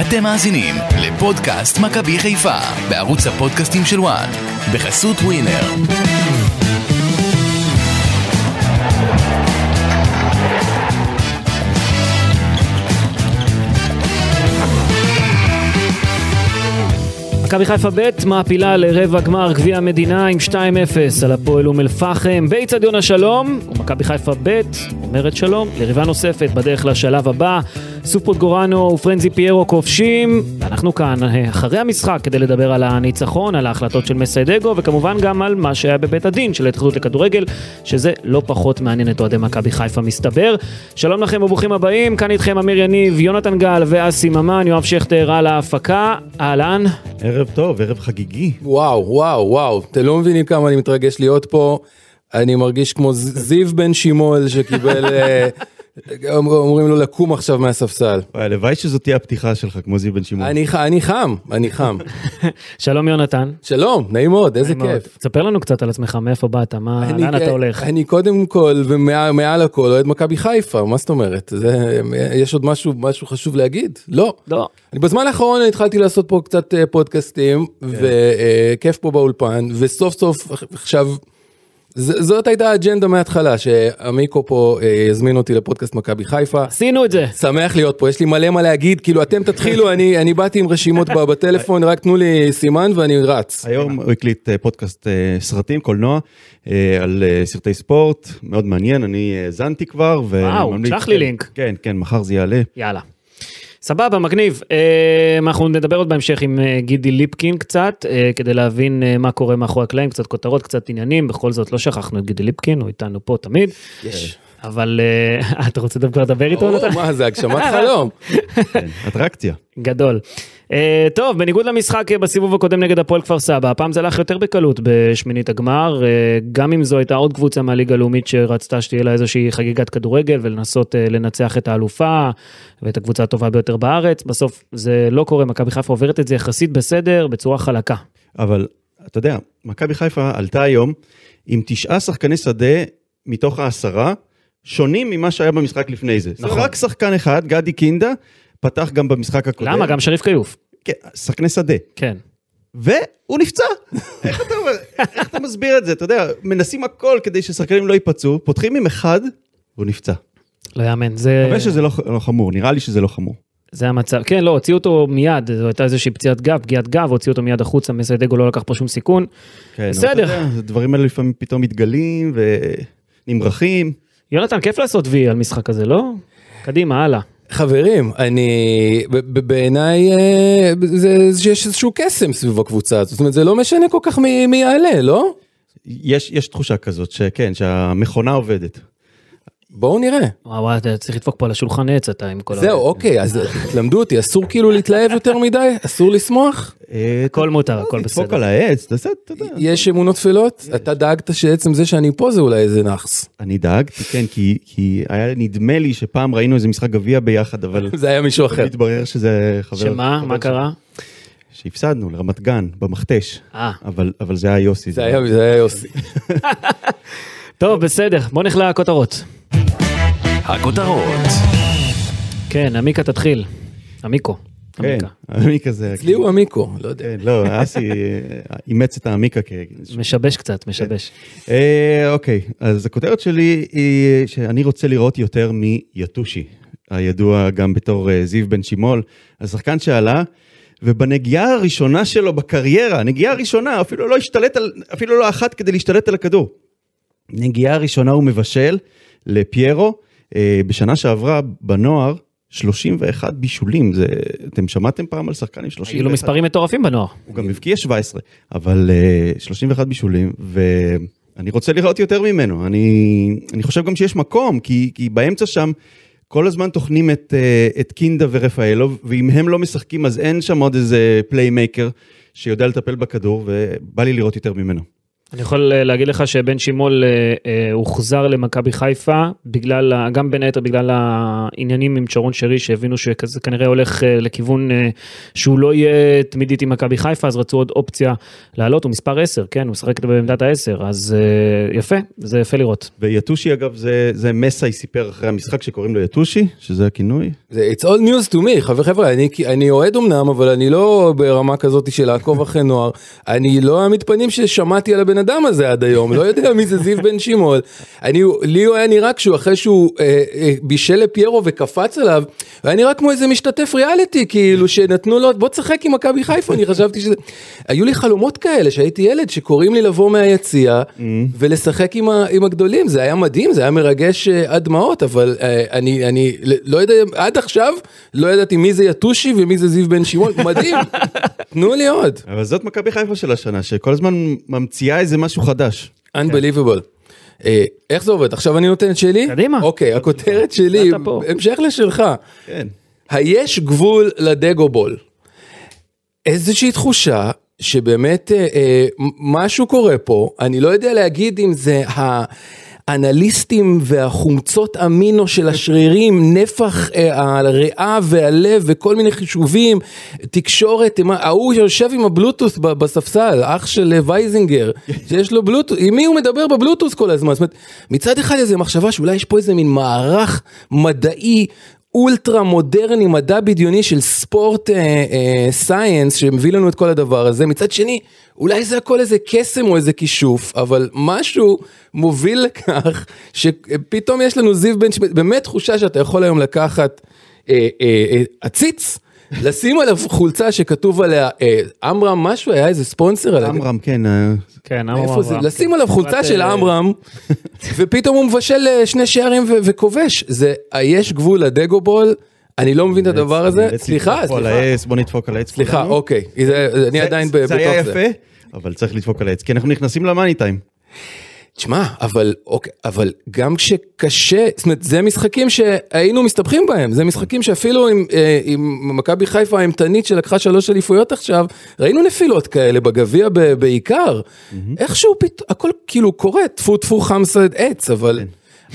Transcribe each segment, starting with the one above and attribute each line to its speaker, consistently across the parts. Speaker 1: אתם מאזינים לפודקאסט מכבי חיפה בערוץ הפודקאסטים של וואן בחסות ווינר.
Speaker 2: מכבי חיפה ב' מעפילה לרבע גמר גביע המדינה עם 2-0 על הפועל אום אל-פחם באיצטדיון השלום, ומכבי חיפה ב' אומרת שלום ליריבה נוספת בדרך לשלב הבא. סופוט גורנו ופרנזי פיירו כובשים, ואנחנו כאן אה, אחרי המשחק כדי לדבר על הניצחון, על ההחלטות של מסיידגו, וכמובן גם על מה שהיה בבית הדין של ההתאחדות לכדורגל, שזה לא פחות מעניין את אוהדי מכבי חיפה מסתבר. שלום לכם וברוכים הבאים, כאן איתכם אמיר יניב, יונתן גל ואסי ממן, יואב שכטר על ההפקה, אהלן.
Speaker 3: ערב טוב, ערב חגיגי.
Speaker 4: וואו, וואו, וואו, אתם לא מבינים כמה אני מתרגש להיות פה. אני מרגיש כמו ז- זיו בן שימול שקיבל, אה, אומר- אומרים לו לקום עכשיו מהספסל.
Speaker 3: וואי, הלוואי שזאת תהיה הפתיחה שלך, כמו זיו בן שמעון.
Speaker 4: אני, ח- אני חם, אני חם.
Speaker 2: שלום יונתן.
Speaker 4: שלום, נעים מאוד, איזה
Speaker 2: נעים מאוד.
Speaker 4: כיף.
Speaker 2: תספר לנו קצת על עצמך, מאיפה באת, מה,
Speaker 4: אני-
Speaker 2: לאן אתה הולך.
Speaker 4: אני קודם כל ומעל מעל הכל אוהד מכבי חיפה, מה זאת אומרת? זה- אה, יש עוד משהו, משהו חשוב להגיד? לא.
Speaker 2: לא.
Speaker 4: אני בזמן האחרון התחלתי לעשות פה קצת אה, פודקאסטים וכיף פה באולפן וסוף סוף עכשיו ז- זאת הייתה האג'נדה מההתחלה שעמיקו פה אה, יזמין אותי לפודקאסט מכבי חיפה.
Speaker 2: עשינו את זה.
Speaker 4: שמח להיות פה יש לי מלא מה להגיד כאילו אתם תתחילו אני אני באתי עם רשימות ב- בטלפון רק תנו לי סימן ואני רץ.
Speaker 3: היום הוא הקליט אה, פודקאסט אה, סרטים, קולנוע, אה, על אה, סרטי ספורט, מאוד מעניין, אני האזנתי כבר. ו-
Speaker 2: וואו,
Speaker 3: ממליץ-
Speaker 2: שלח לי
Speaker 3: כן,
Speaker 2: לינק.
Speaker 3: כן, כן, מחר זה יעלה.
Speaker 2: יאללה. סבבה, מגניב. אה, אנחנו נדבר עוד בהמשך עם אה, גידי ליפקין קצת, אה, כדי להבין אה, מה קורה מאחורי הקלעים, קצת כותרות, קצת עניינים, בכל זאת לא שכחנו את גידי ליפקין, הוא איתנו פה תמיד.
Speaker 4: יש.
Speaker 2: אבל אה, אתה רוצה דווקא לדבר איתו?
Speaker 4: או,
Speaker 2: יונתן?
Speaker 4: מה זה הגשמת חלום.
Speaker 3: כן, אטרקציה.
Speaker 2: גדול. אה, טוב, בניגוד למשחק אה, בסיבוב הקודם נגד הפועל כפר סבא, הפעם זה הלך יותר בקלות בשמינית הגמר, אה, גם אם זו הייתה עוד קבוצה מהליגה הלאומית שרצתה שתהיה לה איזושהי חגיגת כדורגל ולנסות אה, לנצח את האלופה ואת הקבוצה הטובה ביותר בארץ, בסוף זה לא קורה, מכבי חיפה עוברת את זה יחסית בסדר, בצורה חלקה.
Speaker 3: אבל אתה יודע, מכבי חיפה עלתה היום עם תשעה שחקני שדה מתוך העשרה, שונים ממה שהיה במשחק לפני זה.
Speaker 2: נכון.
Speaker 3: נכון. רק שחקן אחד, גדי קינדה, פתח גם במשחק הקודם.
Speaker 2: למה? גם שריף כיוף.
Speaker 3: כן, שחקני שדה.
Speaker 2: כן.
Speaker 3: והוא נפצע. איך, אתה, איך אתה מסביר את זה? אתה יודע, מנסים הכל כדי ששחקנים לא ייפצעו, פותחים עם אחד, והוא נפצע.
Speaker 2: לא יאמן, זה,
Speaker 3: מקווה שזה לא, לא חמור, נראה לי שזה לא חמור.
Speaker 2: זה המצב. כן, לא, הוציאו אותו מיד, זו הייתה איזושהי פציעת גב, פגיעת גב, הוציאו אותו מיד החוצה, מסיידגו לא לקח פה שום סיכון.
Speaker 3: כן,
Speaker 2: בסדר.
Speaker 3: אבל אתה יודע, הדברים האלה לפעמים פתאום מתגלים ונמרחים.
Speaker 2: יונתן, כיף לעשות וי על משחק כזה, לא? קדימה, הלאה.
Speaker 4: חברים, אני, ב- ב- בעיניי אה, זה- זה- יש איזשהו קסם סביב הקבוצה הזאת, זאת אומרת זה לא משנה כל כך מי מי יעלה, לא?
Speaker 3: יש, יש תחושה כזאת שכן, שהמכונה עובדת.
Speaker 4: בואו נראה.
Speaker 2: וואו, וואו, אתה צריך לדפוק פה על השולחן עץ אתה עם כל ה...
Speaker 4: זהו, אוקיי, אז תלמדו אותי, אסור כאילו להתלהב יותר מדי? אסור לשמוח?
Speaker 3: אה,
Speaker 2: הכל מותר, הכל
Speaker 3: תדפוק על
Speaker 2: בסדר.
Speaker 3: העץ, תעשה, אתה יודע.
Speaker 4: יש אמונות טפלות? אתה דאגת שעצם זה שאני פה זה אולי איזה נאחס.
Speaker 3: אני דאגתי, כן, כי, כי היה נדמה לי שפעם ראינו איזה משחק גביע ביחד, אבל
Speaker 4: זה היה מישהו אחר.
Speaker 3: התברר שזה חבר...
Speaker 2: שמה?
Speaker 3: חבר
Speaker 2: מה
Speaker 3: שלי.
Speaker 2: קרה?
Speaker 3: שהפסדנו לרמת גן, במכתש.
Speaker 2: אה.
Speaker 3: אבל, אבל זה היה יוסי.
Speaker 4: זה היה זה היה יוסי.
Speaker 2: טוב, בסדר, בוא נכלה הכותרות.
Speaker 1: הכותרות,
Speaker 2: כן, עמיקה תתחיל. עמיקו.
Speaker 3: כן,
Speaker 2: עמיקה.
Speaker 3: העמיקה זה...
Speaker 4: אצלי הוא עמיקו, לא יודע.
Speaker 3: כן, לא, אסי אה, אימץ את העמיקה כ...
Speaker 2: משבש קצת, משבש.
Speaker 4: כן.
Speaker 3: אה, אוקיי, אז הכותרת שלי היא שאני רוצה לראות יותר מיתושי, הידוע גם בתור אה, זיו בן שימול, השחקן שעלה, ובנגיעה הראשונה שלו בקריירה, הנגיעה הראשונה, אפילו לא השתלט על, אפילו לא אחת כדי להשתלט על הכדור. נגיעה ראשונה הוא מבשל לפיירו, אה, בשנה שעברה בנוער, 31 בישולים, זה, אתם שמעתם פעם על שחקן עם 31?
Speaker 2: כאילו מספרים מטורפים בנוער.
Speaker 3: הוא גם הבקיע 17, אבל אה, 31 בישולים, ואני רוצה לראות יותר ממנו. אני, אני חושב גם שיש מקום, כי, כי באמצע שם כל הזמן טוחנים את, אה, את קינדה ורפאלו, ואם הם לא משחקים אז אין שם עוד איזה פליימייקר שיודע לטפל בכדור, ובא לי לראות יותר ממנו.
Speaker 2: אני יכול אה, להגיד לך שבן שימול אה, אה, הוחזר למכבי חיפה, בגלל, ה- גם בין היתר בגלל העניינים עם שרון שרי, שהבינו שזה כנראה הולך אה, לכיוון אה, שהוא לא יהיה תמידית עם מכבי חיפה, אז רצו עוד אופציה לעלות, הוא מספר 10, כן, הוא משחק בעמדת ה-10, אז אה, יפה, זה יפה לראות.
Speaker 3: ויתושי אגב זה, זה מסאי סיפר אחרי המשחק שקוראים לו יתושי, שזה הכינוי.
Speaker 4: זה it's all news to me חבר'ה חבר'ה אני אני אוהד אמנם אבל אני לא ברמה כזאת של לעקוב אחרי נוער אני לא אעמיד פנים ששמעתי על הבן אדם הזה עד היום לא יודע מי זה זיו בן שמעון אני לי הוא היה נראה כשהוא אחרי שהוא אה, אה, בישל לפיירו וקפץ עליו הוא היה נראה כמו איזה משתתף ריאליטי כאילו שנתנו לו בוא תשחק עם מכבי חיפה אני חשבתי שזה היו לי חלומות כאלה שהייתי ילד שקוראים לי לבוא מהיציע
Speaker 2: Mm.
Speaker 4: ולשחק עם, ה, עם הגדולים זה היה מדהים זה היה מרגש אה, עד דמעות אבל אה, אני אני ל- לא יודע עד עכשיו לא ידעתי מי זה יתושי ומי זה זיו בן שמעון מדהים תנו לי עוד
Speaker 3: אבל זאת מכבי חיפה של השנה, שכל הזמן ממציאה איזה משהו חדש.
Speaker 2: כן.
Speaker 4: unbelievable. אה, איך זה עובד עכשיו אני נותן את שלי
Speaker 2: קדימה.
Speaker 4: אוקיי הכותרת שלי
Speaker 2: אתה פה.
Speaker 4: המשך לשלך
Speaker 3: כן.
Speaker 4: היש גבול לדגובול. איזושהי תחושה שבאמת אה, אה, מ- משהו קורה פה, אני לא יודע להגיד אם זה האנליסטים והחומצות אמינו של השרירים, נפח אה, הריאה והלב וכל מיני חישובים, תקשורת, מה- ההוא שיושב עם הבלוטוס ב- בספסל, אח של אה, וייזינגר, שיש לו בלוטוס, עם מי הוא מדבר בבלוטוס כל הזמן? זאת אומרת, מצד אחד איזו מחשבה שאולי יש פה איזה מין מערך מדעי אולטרה מודרני, מדע בדיוני של ספורט אה, אה, סייאנס שמביא לנו את כל הדבר הזה. מצד שני, אולי זה הכל איזה קסם או איזה כישוף, אבל משהו מוביל לכך שפתאום יש לנו זיו בן שמעון, באמת תחושה שאתה יכול היום לקחת אה, אה, אה, עציץ. לשים עליו חולצה שכתוב עליה אה, עמרם משהו היה איזה ספונסר על
Speaker 3: עמרם, כן, אה,
Speaker 2: כן,
Speaker 4: איפה זה?
Speaker 2: אברהם.
Speaker 4: לשים עליו חולצה
Speaker 2: קצת,
Speaker 4: של
Speaker 2: אה,
Speaker 4: עמרם, ופתאום הוא מבשל אה, שני שערים ו- וכובש. זה, אה, יש גבול לדגובול, אני לא מבין את הדבר הזה.
Speaker 3: נדפוק
Speaker 4: סליחה,
Speaker 3: פה על
Speaker 4: סליחה,
Speaker 3: העץ, בוא נדפוק על העץ.
Speaker 4: סליחה,
Speaker 3: כולנו.
Speaker 4: אוקיי. זה- זה- אני
Speaker 3: זה-
Speaker 4: עדיין ב-
Speaker 3: זה היה
Speaker 4: בתוך זה.
Speaker 3: יפה, אבל צריך לדפוק על העץ, כי אנחנו נכנסים למאני טיים.
Speaker 4: תשמע, אבל אוקיי, אבל גם כשקשה, זאת אומרת, זה משחקים שהיינו מסתבכים בהם, זה משחקים שאפילו עם, אה, עם מכבי חיפה האימתנית שלקחה שלוש אליפויות עכשיו, ראינו נפילות כאלה בגביע ב- בעיקר. איכשהו פתאום, הכל כאילו קורה, טפו טפו חמסה עץ, אבל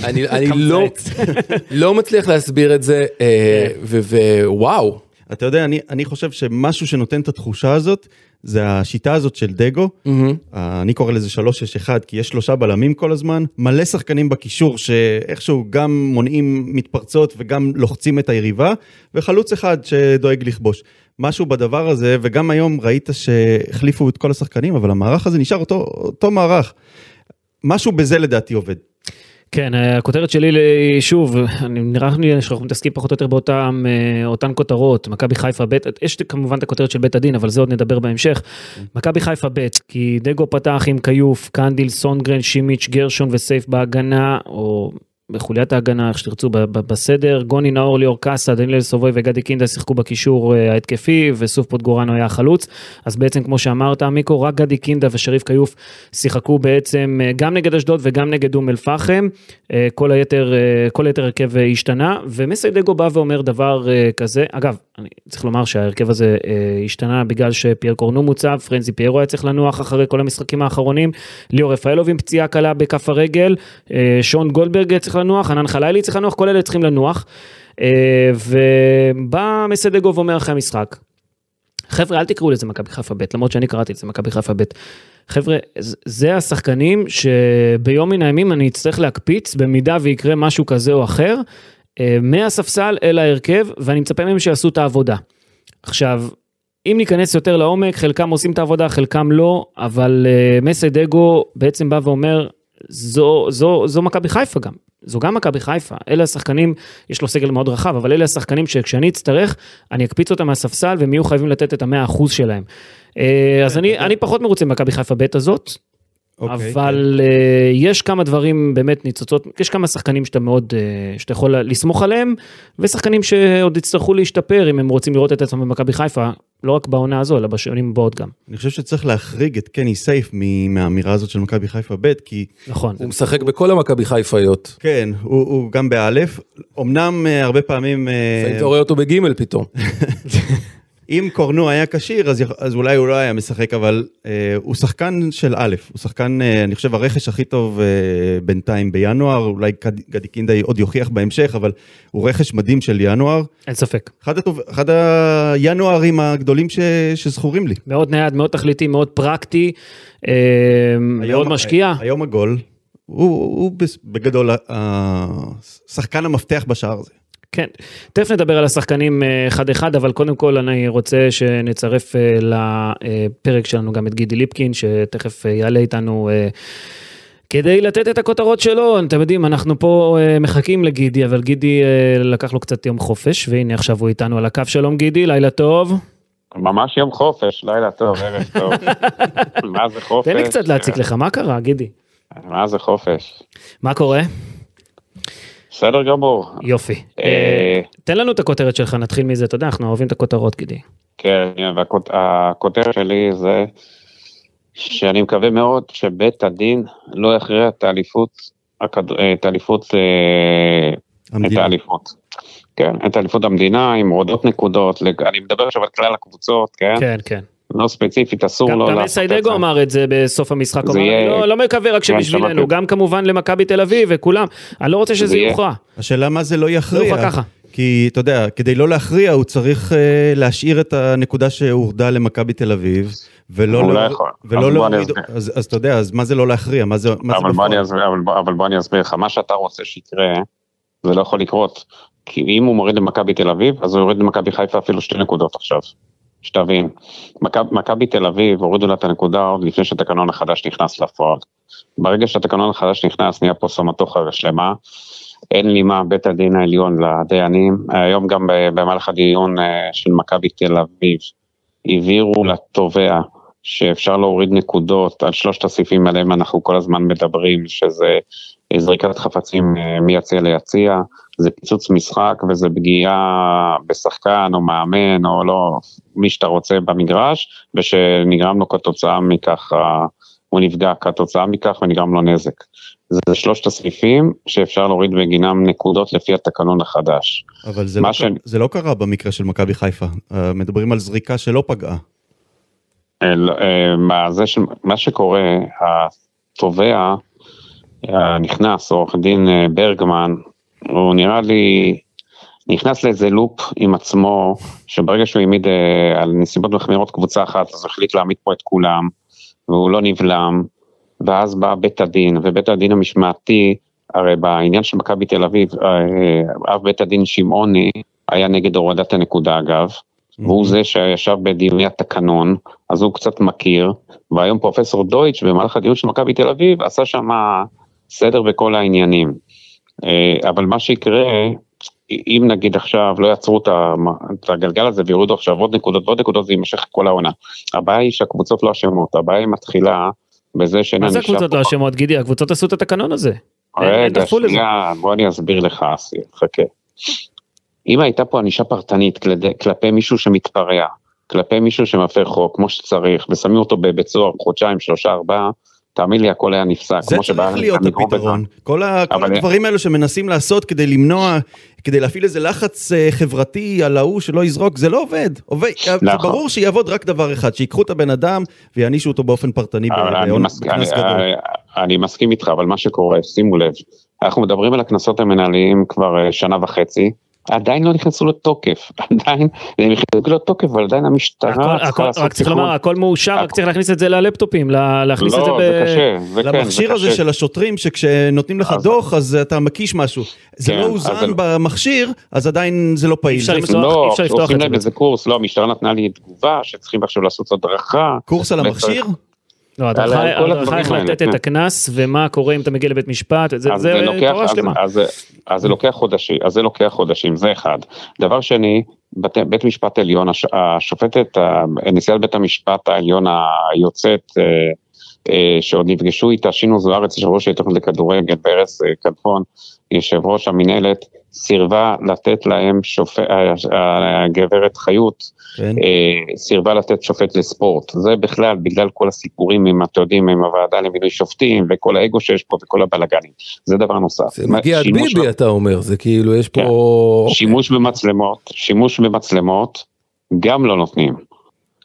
Speaker 4: אני, אני
Speaker 2: כן. חמסה
Speaker 4: לא,
Speaker 2: עץ. כן.
Speaker 4: לא מצליח להסביר את זה, אה, ו- ווואו.
Speaker 3: אתה יודע, אני, אני חושב שמשהו שנותן את התחושה הזאת, זה השיטה הזאת של דגו. Mm-hmm. אני קורא לזה 361, כי יש שלושה בלמים כל הזמן, מלא שחקנים בקישור שאיכשהו גם מונעים מתפרצות וגם לוחצים את היריבה, וחלוץ אחד שדואג לכבוש. משהו בדבר הזה, וגם היום ראית שהחליפו את כל השחקנים, אבל המערך הזה נשאר אותו, אותו מערך. משהו בזה לדעתי עובד.
Speaker 2: כן, הכותרת שלי, ל- שוב, אני- נראה לי שאנחנו מתעסקים פחות או יותר באותן אה, אותן כותרות, מכבי חיפה ב', יש כמובן את הכותרת של בית הדין, אבל זה עוד נדבר בהמשך. מכבי חיפה ב', כי דגו פתח עם כיוף, קנדיל, סונגרן, שימיץ', גרשון וסייף בהגנה, או בחוליית ההגנה, איך שתרצו, ב- ב- בסדר. גוני נאור, ליאור קאסה, דניאל סובוי וגדי קינדה שיחקו בקישור אה, ההתקפי, וסוף פוטגורנו היה החלוץ. אז בעצם, כמו שאמרת, מיקו, רק גדי קינדה ושריף כיוף שיחקו בעצם אה, גם נגד אשדוד וגם נגד אום אל-פחם. אה, כל היתר, אה, כל היתר הרכב אה, השתנה, ומסיידגו בא ואומר דבר אה, כזה. אגב, אני צריך לומר שההרכב הזה אה, השתנה בגלל שפייר קורנו מוצב, פרנזי פיירו היה צריך לנוח אחרי כל המשחקים האחרונים, ליאור רפאלוב עם פציעה קלה בכף הרגל, אה, שון גולדברג היה צריך לנוח, חנן חלילי צריך לנוח, כל אלה צריכים לנוח. אה, ובא מסיידגו ואומר אחרי המשחק, חבר'ה, אל תקראו לזה מכבי חיפה ב', למרות שאני קראתי לזה מכבי חיפה ב'. חבר'ה, ז- זה השחקנים שביום מן הימים אני אצטרך להקפיץ, במידה ויקרה משהו כזה או אחר, אה, מהספסל אל ההרכב, ואני מצפה מהם שיעשו את העבודה. עכשיו, אם ניכנס יותר לעומק, חלקם עושים את העבודה, חלקם לא, אבל אה, מסי דגו בעצם בא ואומר, זו, זו, זו מכבי חיפה גם. זו גם מכבי חיפה, אלה השחקנים, יש לו סגל מאוד רחב, אבל אלה השחקנים שכשאני אצטרך, אני אקפיץ אותם מהספסל והם יהיו חייבים לתת את המאה אחוז שלהם. אה, אז אני, אני פחות מרוצה ממכבי חיפה ב' הזאת,
Speaker 3: אוקיי,
Speaker 2: אבל אה, יש כמה דברים באמת ניצוצות, יש כמה שחקנים שאתה מאוד, אה, שאתה יכול לסמוך עליהם, ושחקנים שעוד יצטרכו להשתפר אם הם רוצים לראות את עצמם במכבי חיפה, לא רק בעונה הזו, אלא בשנים הבאות גם.
Speaker 3: אני חושב שצריך להחריג את קני סייף מ- מהאמירה הזאת של מכבי חיפה ב', כי
Speaker 2: נכון.
Speaker 4: הוא משחק בכל המכבי חיפאיות.
Speaker 3: כן, הוא, הוא גם באלף. אמנם אה, הרבה פעמים... אה,
Speaker 4: אתה רואה אותו בגימל פתאום.
Speaker 3: אם קורנו היה כשיר, אז, יכ- אז אולי הוא לא היה משחק, אבל אה, הוא שחקן של א', הוא שחקן, אה, אני חושב, הרכש הכי טוב אה, בינתיים בינואר, אולי קד- גדי קינדה עוד יוכיח בהמשך, אבל הוא רכש מדהים של ינואר.
Speaker 2: אין ספק.
Speaker 3: אחד, הטוב, אחד הינוארים הגדולים ש, שזכורים לי.
Speaker 2: מאוד נייד, מאוד תכליתי, מאוד פרקטי, אה, מאוד משקיע.
Speaker 3: היום הגול, הוא, הוא בס- בגדול ה- השחקן המפתח בשער הזה.
Speaker 2: כן, תכף נדבר על השחקנים אה, אחד-אחד, אבל קודם כל אני רוצה שנצרף אה, לפרק שלנו גם את גידי ליפקין, שתכף אה, יעלה איתנו אה, כדי לתת את הכותרות שלו. אתם יודעים, אנחנו פה אה, מחכים לגידי, אבל גידי אה, לקח לו קצת יום חופש, והנה עכשיו הוא איתנו על הקו. שלום גידי, לילה טוב.
Speaker 5: ממש יום חופש, לילה טוב, ערב טוב. מה זה חופש? כן.
Speaker 2: תן לי קצת להציק לך, מה קרה, גידי?
Speaker 5: מה זה חופש?
Speaker 2: מה קורה?
Speaker 5: בסדר גמור.
Speaker 2: יופי.
Speaker 5: אה,
Speaker 2: תן לנו את הכותרת שלך, נתחיל מזה, אתה יודע, אנחנו אוהבים את הכותרות, גידי.
Speaker 5: כן, והכותרת שלי זה שאני מקווה מאוד שבית הדין לא יכריע את האליפות, הכד- אה, את האליפות, אה, את
Speaker 3: המדינה.
Speaker 5: האליפות. כן, את אליפות המדינה עם הורדות נקודות, לג- אני מדבר עכשיו על כלל הקבוצות, כן?
Speaker 2: כן, כן.
Speaker 5: לא ספציפית, אסור
Speaker 2: גם
Speaker 5: לו
Speaker 2: גם סיידגו אמר את זה בסוף המשחק, הוא אמר,
Speaker 5: יהיה-
Speaker 2: "אני לא- לא מקווה רק
Speaker 5: כן,
Speaker 2: שבשבילנו,
Speaker 5: שמעתי.
Speaker 2: גם כמובן למכבי תל אביב וכולם, אני לא רוצה שזה
Speaker 5: זה יהיה- כן,
Speaker 2: יוכרע,
Speaker 3: השאלה מה זה לא
Speaker 2: לא
Speaker 3: יכריע.
Speaker 2: יוכרע ככה.
Speaker 3: כי אתה יודע, כדי לא להכריע, הוא צריך אה, להשאיר את הנקודה שהורדה למכבי תל אביב, ולא
Speaker 5: הוא לא
Speaker 3: להוריד-
Speaker 5: יכול.
Speaker 3: ולא
Speaker 5: אבל בוא אני
Speaker 3: להוריד,
Speaker 5: אסביר.
Speaker 3: אז, אז אתה יודע, אז מה זה לא להכריע? מה זה, מה זה
Speaker 5: אבל בוא,
Speaker 3: בפועל?
Speaker 5: אני אסביר, אבל, בוא- אבל בוא אני אסביר לך, מה שאתה רוצה שיקרה, זה לא יכול לקרות. כי אם הוא מוריד למכבי תל אביב, אז הוא יוריד למכבי חיפה אפילו שתי נקודות עכשיו. שתבין, מכב- מכבי תל אביב הורידו לה את הנקודה עוד לפני שהתקנון החדש נכנס לפועל. ברגע שהתקנון החדש נכנס, נהיה פה סמטוחה שלמה. אין לי מה בית הדין העליון לדיינים. היום גם ב- במהלך הדיון אה, של מכבי תל אביב, הבהירו לתובע שאפשר להוריד נקודות על שלושת הסעיפים עליהם אנחנו כל הזמן מדברים, שזה אה, זריקת חפצים אה, מיציע ליציע, זה פיצוץ משחק וזה פגיעה בשחקן או מאמן או לא, מי שאתה רוצה במגרש, ושנגרם לו כתוצאה מכך, אה, הוא נפגע כתוצאה מכך ונגרם לו נזק. זה שלושת הסעיפים שאפשר להוריד בגינם נקודות לפי התקנון החדש.
Speaker 3: אבל זה לא,
Speaker 5: מה
Speaker 3: ש...
Speaker 5: שאני-
Speaker 3: זה לא קרה במקרה של מכבי חיפה. אה, מדברים על זריקה שלא פגעה.
Speaker 5: אה, לא, אה, מה, זה ש... מה שקורה, התובע הנכנס, עורך דין אה, ברגמן, הוא נראה לי נכנס לאיזה לופ עם עצמו, שברגע שהוא העמיד אה, על נסיבות מחמירות קבוצה אחת, אז הוא החליט להעמיד פה את כולם, והוא לא נבלם, ואז בא בית הדין, ובית הדין המשמעתי, הרי בעניין של מכבי תל אביב, אה, אב בית הדין שמעוני היה נגד הורדת הנקודה אגב, והוא זה שישב בדיוני התקנון, אז הוא קצת מכיר, והיום פרופסור דויטש במהלך הדיון של מכבי תל אביב עשה שם סדר בכל העניינים. אה, אבל מה שיקרה, אם נגיד עכשיו לא יעצרו את המ- את הגלגל הזה ויורידו עכשיו עוד נקודות ועוד נקודות, זה יימשך כל העונה. הבעיה היא שהקבוצות לא אשמות, הבעיה היא מתחילה בזה שאין
Speaker 2: מה זה
Speaker 5: ענישה
Speaker 2: הקבוצות לא
Speaker 5: פחות.
Speaker 2: אשמות, גידי, הקבוצות עשו את התקנון הזה. הם- הם
Speaker 5: רגע,
Speaker 2: דחפו לזה.
Speaker 5: שנייה, בוא אני אסביר לך, אסי, חכה. אם הייתה פה ענישה פרטנית כלד- כלפי מישהו שמתפרע, כלפי מישהו שמפר חוק כמו שצריך, ושמים אותו בבית סוהר חודשיים, שלושה, ארבעה, תאמין לי, הכל היה נפסק.
Speaker 3: זה
Speaker 5: כמו שבא-
Speaker 3: צריך להיות
Speaker 5: אני רואה
Speaker 3: הפתרון.
Speaker 5: בזה.
Speaker 3: כל, ה... כל
Speaker 5: אבל-
Speaker 3: הדברים האלו שמנסים לעשות כדי למנוע, כדי להפעיל איזה לחץ אה, חברתי על ההוא שלא יזרוק, זה לא עובד. עובד. זה
Speaker 5: נכון.
Speaker 3: ברור שיעבוד רק דבר אחד, שיקחו את הבן אדם ויענישו אותו באופן פרטני
Speaker 5: אבל אני
Speaker 3: בעונש-
Speaker 5: מסכים-
Speaker 3: בקנס
Speaker 5: אני-
Speaker 3: גדול.
Speaker 5: אני- אני מסכים איתך, אבל מה שקורה, שימו לב, אנחנו מדברים על הקנסות המנהליים כבר אה, שנה וחצי. עדיין לא נכנסו לתוקף, עדיין, הם נכנסו לתוקף, אבל עדיין
Speaker 2: הכל-
Speaker 5: המשטרה
Speaker 2: הכל-
Speaker 5: צריכה לעשות
Speaker 2: רק צריך
Speaker 5: תיקון.
Speaker 2: לומר, הכל מאושר, רק
Speaker 5: הכל-
Speaker 2: צריך להכניס את זה ללפטופים, ל- להכניס את זה
Speaker 5: לא,
Speaker 2: ב...
Speaker 5: זה קשה, זה כן, זה
Speaker 3: למכשיר הזה
Speaker 5: קשה.
Speaker 3: של השוטרים, שכשנותנים לך
Speaker 5: אז-
Speaker 3: דוח, אז אתה מקיש משהו. זה
Speaker 5: כן,
Speaker 3: לא
Speaker 5: אז
Speaker 3: הוזן
Speaker 5: זה-
Speaker 3: במכשיר, אז עדיין זה לא פעיל.
Speaker 2: אפשר
Speaker 3: זה
Speaker 2: לפתוח-
Speaker 3: מה-
Speaker 2: אי
Speaker 5: לא,
Speaker 2: אפשר לפתוח את
Speaker 5: עושים
Speaker 2: זה
Speaker 5: להם
Speaker 2: בעצם.
Speaker 5: איזה קורס, לא, המשטרה נתנה לי תגובה שצריכים עכשיו לעשות הדרכה.
Speaker 3: קורס על
Speaker 5: וצריך-
Speaker 3: המכשיר?
Speaker 2: לא,
Speaker 5: על כל
Speaker 2: הדרכה הדרכה
Speaker 5: הדברים
Speaker 2: איך
Speaker 5: האלה,
Speaker 2: לתת
Speaker 5: כן.
Speaker 2: את הקנס, ומה קורה אם אתה מגיע לבית משפט, זה
Speaker 5: אז
Speaker 2: זה
Speaker 5: זה לוקח,
Speaker 2: תורה
Speaker 5: אז- אה,
Speaker 2: שלמה.
Speaker 5: אז אז זה לוקח חודשים, אז זה לוקח חודשים, זה אחד. דבר שני, בת- בית משפט עליון, הש- השופטת, ה- נשיאת בית המשפט העליון היוצאת, אה, אה, שעוד נפגשו איתה, שינו זוארץ, יושב ראש ההתאחדות לכדורגל, בארץ אה, כלפון, יושב ראש המינהלת, סירבה לתת להם שופט, הגברת חיות,
Speaker 3: כן.
Speaker 5: אה, סירבה לתת שופט לספורט. זה בכלל בגלל כל הסיפורים, אם אתם יודעים, עם הוועדה למינוי שופטים וכל האגו שיש פה וכל הבלאגנים. זה דבר נוסף.
Speaker 4: זה מגיע עד
Speaker 5: שימוש- לא-
Speaker 4: ביבי אתה אומר, זה כאילו יש פה...
Speaker 5: שימוש במצלמות, שימוש במצלמות גם לא נותנים. אה,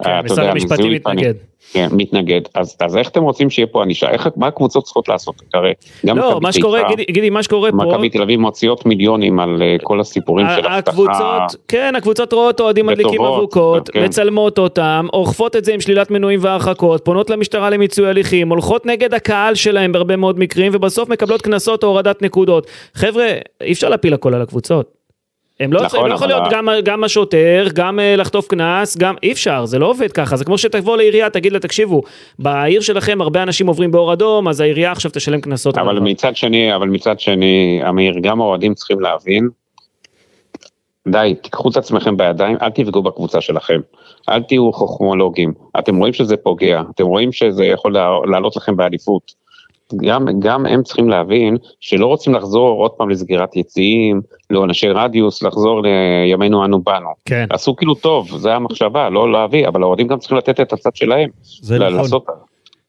Speaker 2: כן,
Speaker 5: אתה
Speaker 2: משרד
Speaker 5: יודע,
Speaker 2: המשפטים
Speaker 5: זיהוי
Speaker 2: מתנגד.
Speaker 5: כן, מתנגד. אז, אז איך אתם רוצים שיהיה פה ענישה? איך, מה הקבוצות צריכות לעשות? הרי גם
Speaker 2: לא,
Speaker 5: מכבי
Speaker 2: מה שקורה,
Speaker 5: חיפה,
Speaker 2: גידי- גידי, מה שקורה פה,
Speaker 5: מכבי תל אביב מוציאות מיליונים על אה, כל הסיפורים של
Speaker 2: ה-
Speaker 5: אבטחה.
Speaker 2: הקבוצות, כן, הקבוצות רואות אוהדים מדליקים
Speaker 5: וטובות,
Speaker 2: אבוקות,
Speaker 5: כן.
Speaker 2: מצלמות אותם, אוכפות את זה עם שלילת מנויים והרחקות, פונות למשטרה למיצוי הליכים, הולכות נגד הקהל שלהם בהרבה מאוד מקרים, ובסוף מקבלות קנסות או הורדת נקודות. חבר'ה, אי אפשר להפיל הכל על הקבוצות. הם לא,
Speaker 5: נכון,
Speaker 2: הם לא יכול
Speaker 5: אבל
Speaker 2: להיות
Speaker 5: ה-
Speaker 2: גם, גם השוטר, גם אה, לחטוף קנס, גם אי אפשר, זה לא עובד ככה. זה כמו שתבוא לעירייה, תגיד לה, תקשיבו, בעיר שלכם הרבה אנשים עוברים באור אדום, אז העירייה עכשיו תשלם קנסות. על
Speaker 5: אבל
Speaker 2: הדבר."
Speaker 5: מצד שני, אבל מצד שני, אמיר, גם האוהדים צריכים להבין, די, תיקחו את עצמכם בידיים, אל תפגעו בקבוצה שלכם, אל תהיו חוכמולוגים, אתם רואים שזה פוגע, אתם רואים שזה יכול לע- לעלות לכם בעדיפות. גם, גם הם צריכים להבין שלא רוצים לחזור עוד פעם לסגירת יציאים, לעונשי רדיוס, לחזור לימינו אנו באנו.
Speaker 2: כן.
Speaker 5: עשו כאילו טוב, זה המחשבה, לא להביא, אבל האוהדים גם צריכים לתת את הצד שלהם.
Speaker 3: זה
Speaker 5: ל-
Speaker 3: נכון.
Speaker 5: לעשות-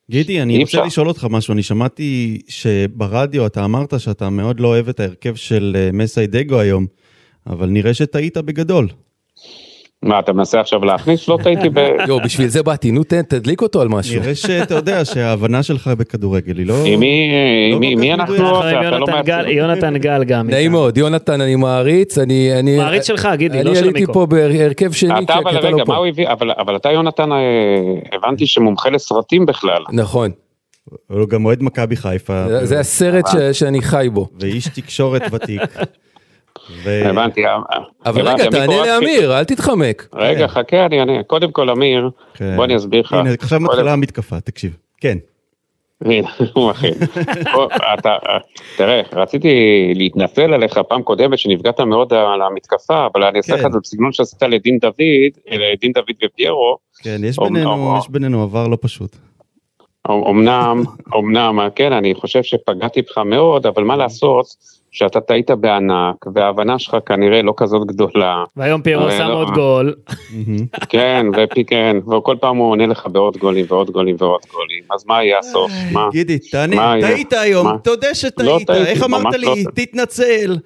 Speaker 3: גידי,
Speaker 5: אי
Speaker 3: אני רוצה
Speaker 5: אפשר.
Speaker 3: לשאול אותך משהו. אני שמעתי שברדיו אתה אמרת שאתה מאוד לא אוהב את ההרכב של אה, מסי דגו היום, אבל נראה שטעית בגדול.
Speaker 5: מה, אתה מנסה עכשיו להכניס? לא טעיתי ב...
Speaker 4: יואו, בשביל זה באתי, נו תן, תדליק אותו על משהו.
Speaker 3: נראה שאתה יודע שההבנה שלך בכדורגל היא לא...
Speaker 5: עם מי,
Speaker 3: לא
Speaker 5: עם מי-
Speaker 3: כל
Speaker 5: מי
Speaker 3: כך
Speaker 5: אנחנו?
Speaker 3: מדויק.
Speaker 2: אנחנו עם
Speaker 5: אתה לא
Speaker 2: יונתן גל-
Speaker 5: מעצבן.
Speaker 2: יונתן גל גם.
Speaker 4: נעים
Speaker 2: איתנו.
Speaker 4: מאוד, יונתן, אני מעריץ, אני... אני-
Speaker 2: מעריץ שלך, גידי,
Speaker 4: אני
Speaker 2: לא של
Speaker 4: עליתי
Speaker 2: המיקרו.
Speaker 4: פה בהרכב שני,
Speaker 5: אתה
Speaker 4: כי
Speaker 5: אבל
Speaker 4: כי אתה
Speaker 5: רגע,
Speaker 4: לא
Speaker 5: מה
Speaker 4: פה.
Speaker 5: הוא הביא? אבל- אבל אתה יונתן, אה, הבנתי שמומחה לסרטים בכלל.
Speaker 4: נכון,
Speaker 3: הוא גם אוהד מכבי חיפה.
Speaker 4: זה- זה הסרט ש- שאני חי בו.
Speaker 3: ואיש תקשורת ותיק. ו-
Speaker 5: הבנתי. אה, אה,
Speaker 4: אבל
Speaker 5: הבנתי,
Speaker 4: רגע,
Speaker 5: עמיקו
Speaker 4: תענה
Speaker 5: רק-
Speaker 4: לאמיר, אל תתחמק.
Speaker 5: רגע, חכה, אני אענה. קודם כל, אמיר,
Speaker 3: כן.
Speaker 5: בוא אני אסביר לך.
Speaker 3: הנה, עכשיו
Speaker 5: קודם-
Speaker 3: מתחילה המתקפה, תקשיב. כן.
Speaker 5: הנה, הוא מכין. בוא, אתה, אה, תראה, רציתי להתנצל עליך פעם קודמת שנפגעת מאוד על המתקפה, אבל אני אעשה לך
Speaker 3: כן.
Speaker 5: את זה בסגנון שעשית לדין דוד, אה, לדין דוד ופיירו.
Speaker 3: כן, יש
Speaker 5: או-
Speaker 3: בינינו,
Speaker 5: או-
Speaker 3: יש בינינו עבר לא פשוט.
Speaker 5: אמנם, אמנם, כן, אני חושב שפגעתי בך מאוד, אבל מה לעשות שאתה טעית בענק, וההבנה שלך כנראה לא כזאת גדולה,
Speaker 2: והיום פיירו
Speaker 5: אה,
Speaker 2: שם
Speaker 5: לא.
Speaker 2: עוד גול.
Speaker 3: מהמם.
Speaker 5: כן, ופי כן, וכל פעם הוא עונה לך בעוד גולים ועוד גולים ועוד גולים, אז מה יהיה הסוף? מה?
Speaker 3: גידי,
Speaker 5: מה
Speaker 3: תענה,
Speaker 5: יהיה?
Speaker 3: טעית היום,
Speaker 5: מה?
Speaker 3: תודה
Speaker 5: לא
Speaker 3: שטעית,
Speaker 5: טעיתי,
Speaker 3: איך אמרת
Speaker 5: ממש לא
Speaker 3: לי,
Speaker 5: טעיתי. לא,
Speaker 3: תתנצל,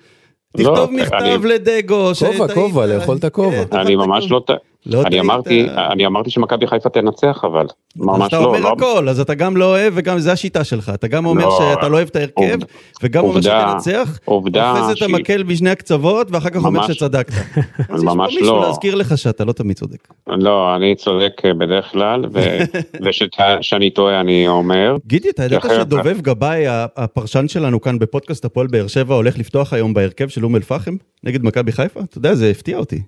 Speaker 3: תכתוב
Speaker 5: אני-
Speaker 3: מכתב לדגו, שטעית.
Speaker 4: כובע, כובע, לאכול את הכובע.
Speaker 3: כן,
Speaker 5: אני
Speaker 3: תאכל את
Speaker 5: ממש
Speaker 3: הכובע.
Speaker 5: לא, ט-
Speaker 3: לא
Speaker 5: אני
Speaker 3: טעית.
Speaker 5: אמרתי, אני אמרתי שמכבי חיפה תנצח, אבל
Speaker 3: אז
Speaker 5: ממש
Speaker 3: אתה
Speaker 5: לא,
Speaker 3: אומר
Speaker 5: לא,
Speaker 3: הכל, אז אתה גם לא אוהב וגם זה השיטה שלך, אתה גם אומר
Speaker 5: לא,
Speaker 3: שאתה לא אוהב את ההרכב,
Speaker 5: עובד-
Speaker 3: וגם אומר
Speaker 5: עובדה-
Speaker 3: שתנצח,
Speaker 5: עובדה
Speaker 3: אחרי זה אתה
Speaker 5: שהיא-
Speaker 3: מקל בשני הקצוות, ואחר כך אומר
Speaker 5: ממש-
Speaker 3: שצדקת. אז יש פה
Speaker 5: ממש
Speaker 3: מישהו
Speaker 5: לא.
Speaker 3: להזכיר לך שאתה לא תמיד צודק.
Speaker 5: לא, אני צודק בדרך כלל, וכשאני טועה אני אומר,
Speaker 3: גידי, אתה ידעת
Speaker 5: אחרת- אה?
Speaker 3: שדובב גבאי, ה- הפרשן שלנו כאן בפודקאסט הפועל באר שבע, הולך לפתוח היום בהרכב של אום אל-פחם נגד מכבי חיפה? אתה יודע, זה הפתיע אותי.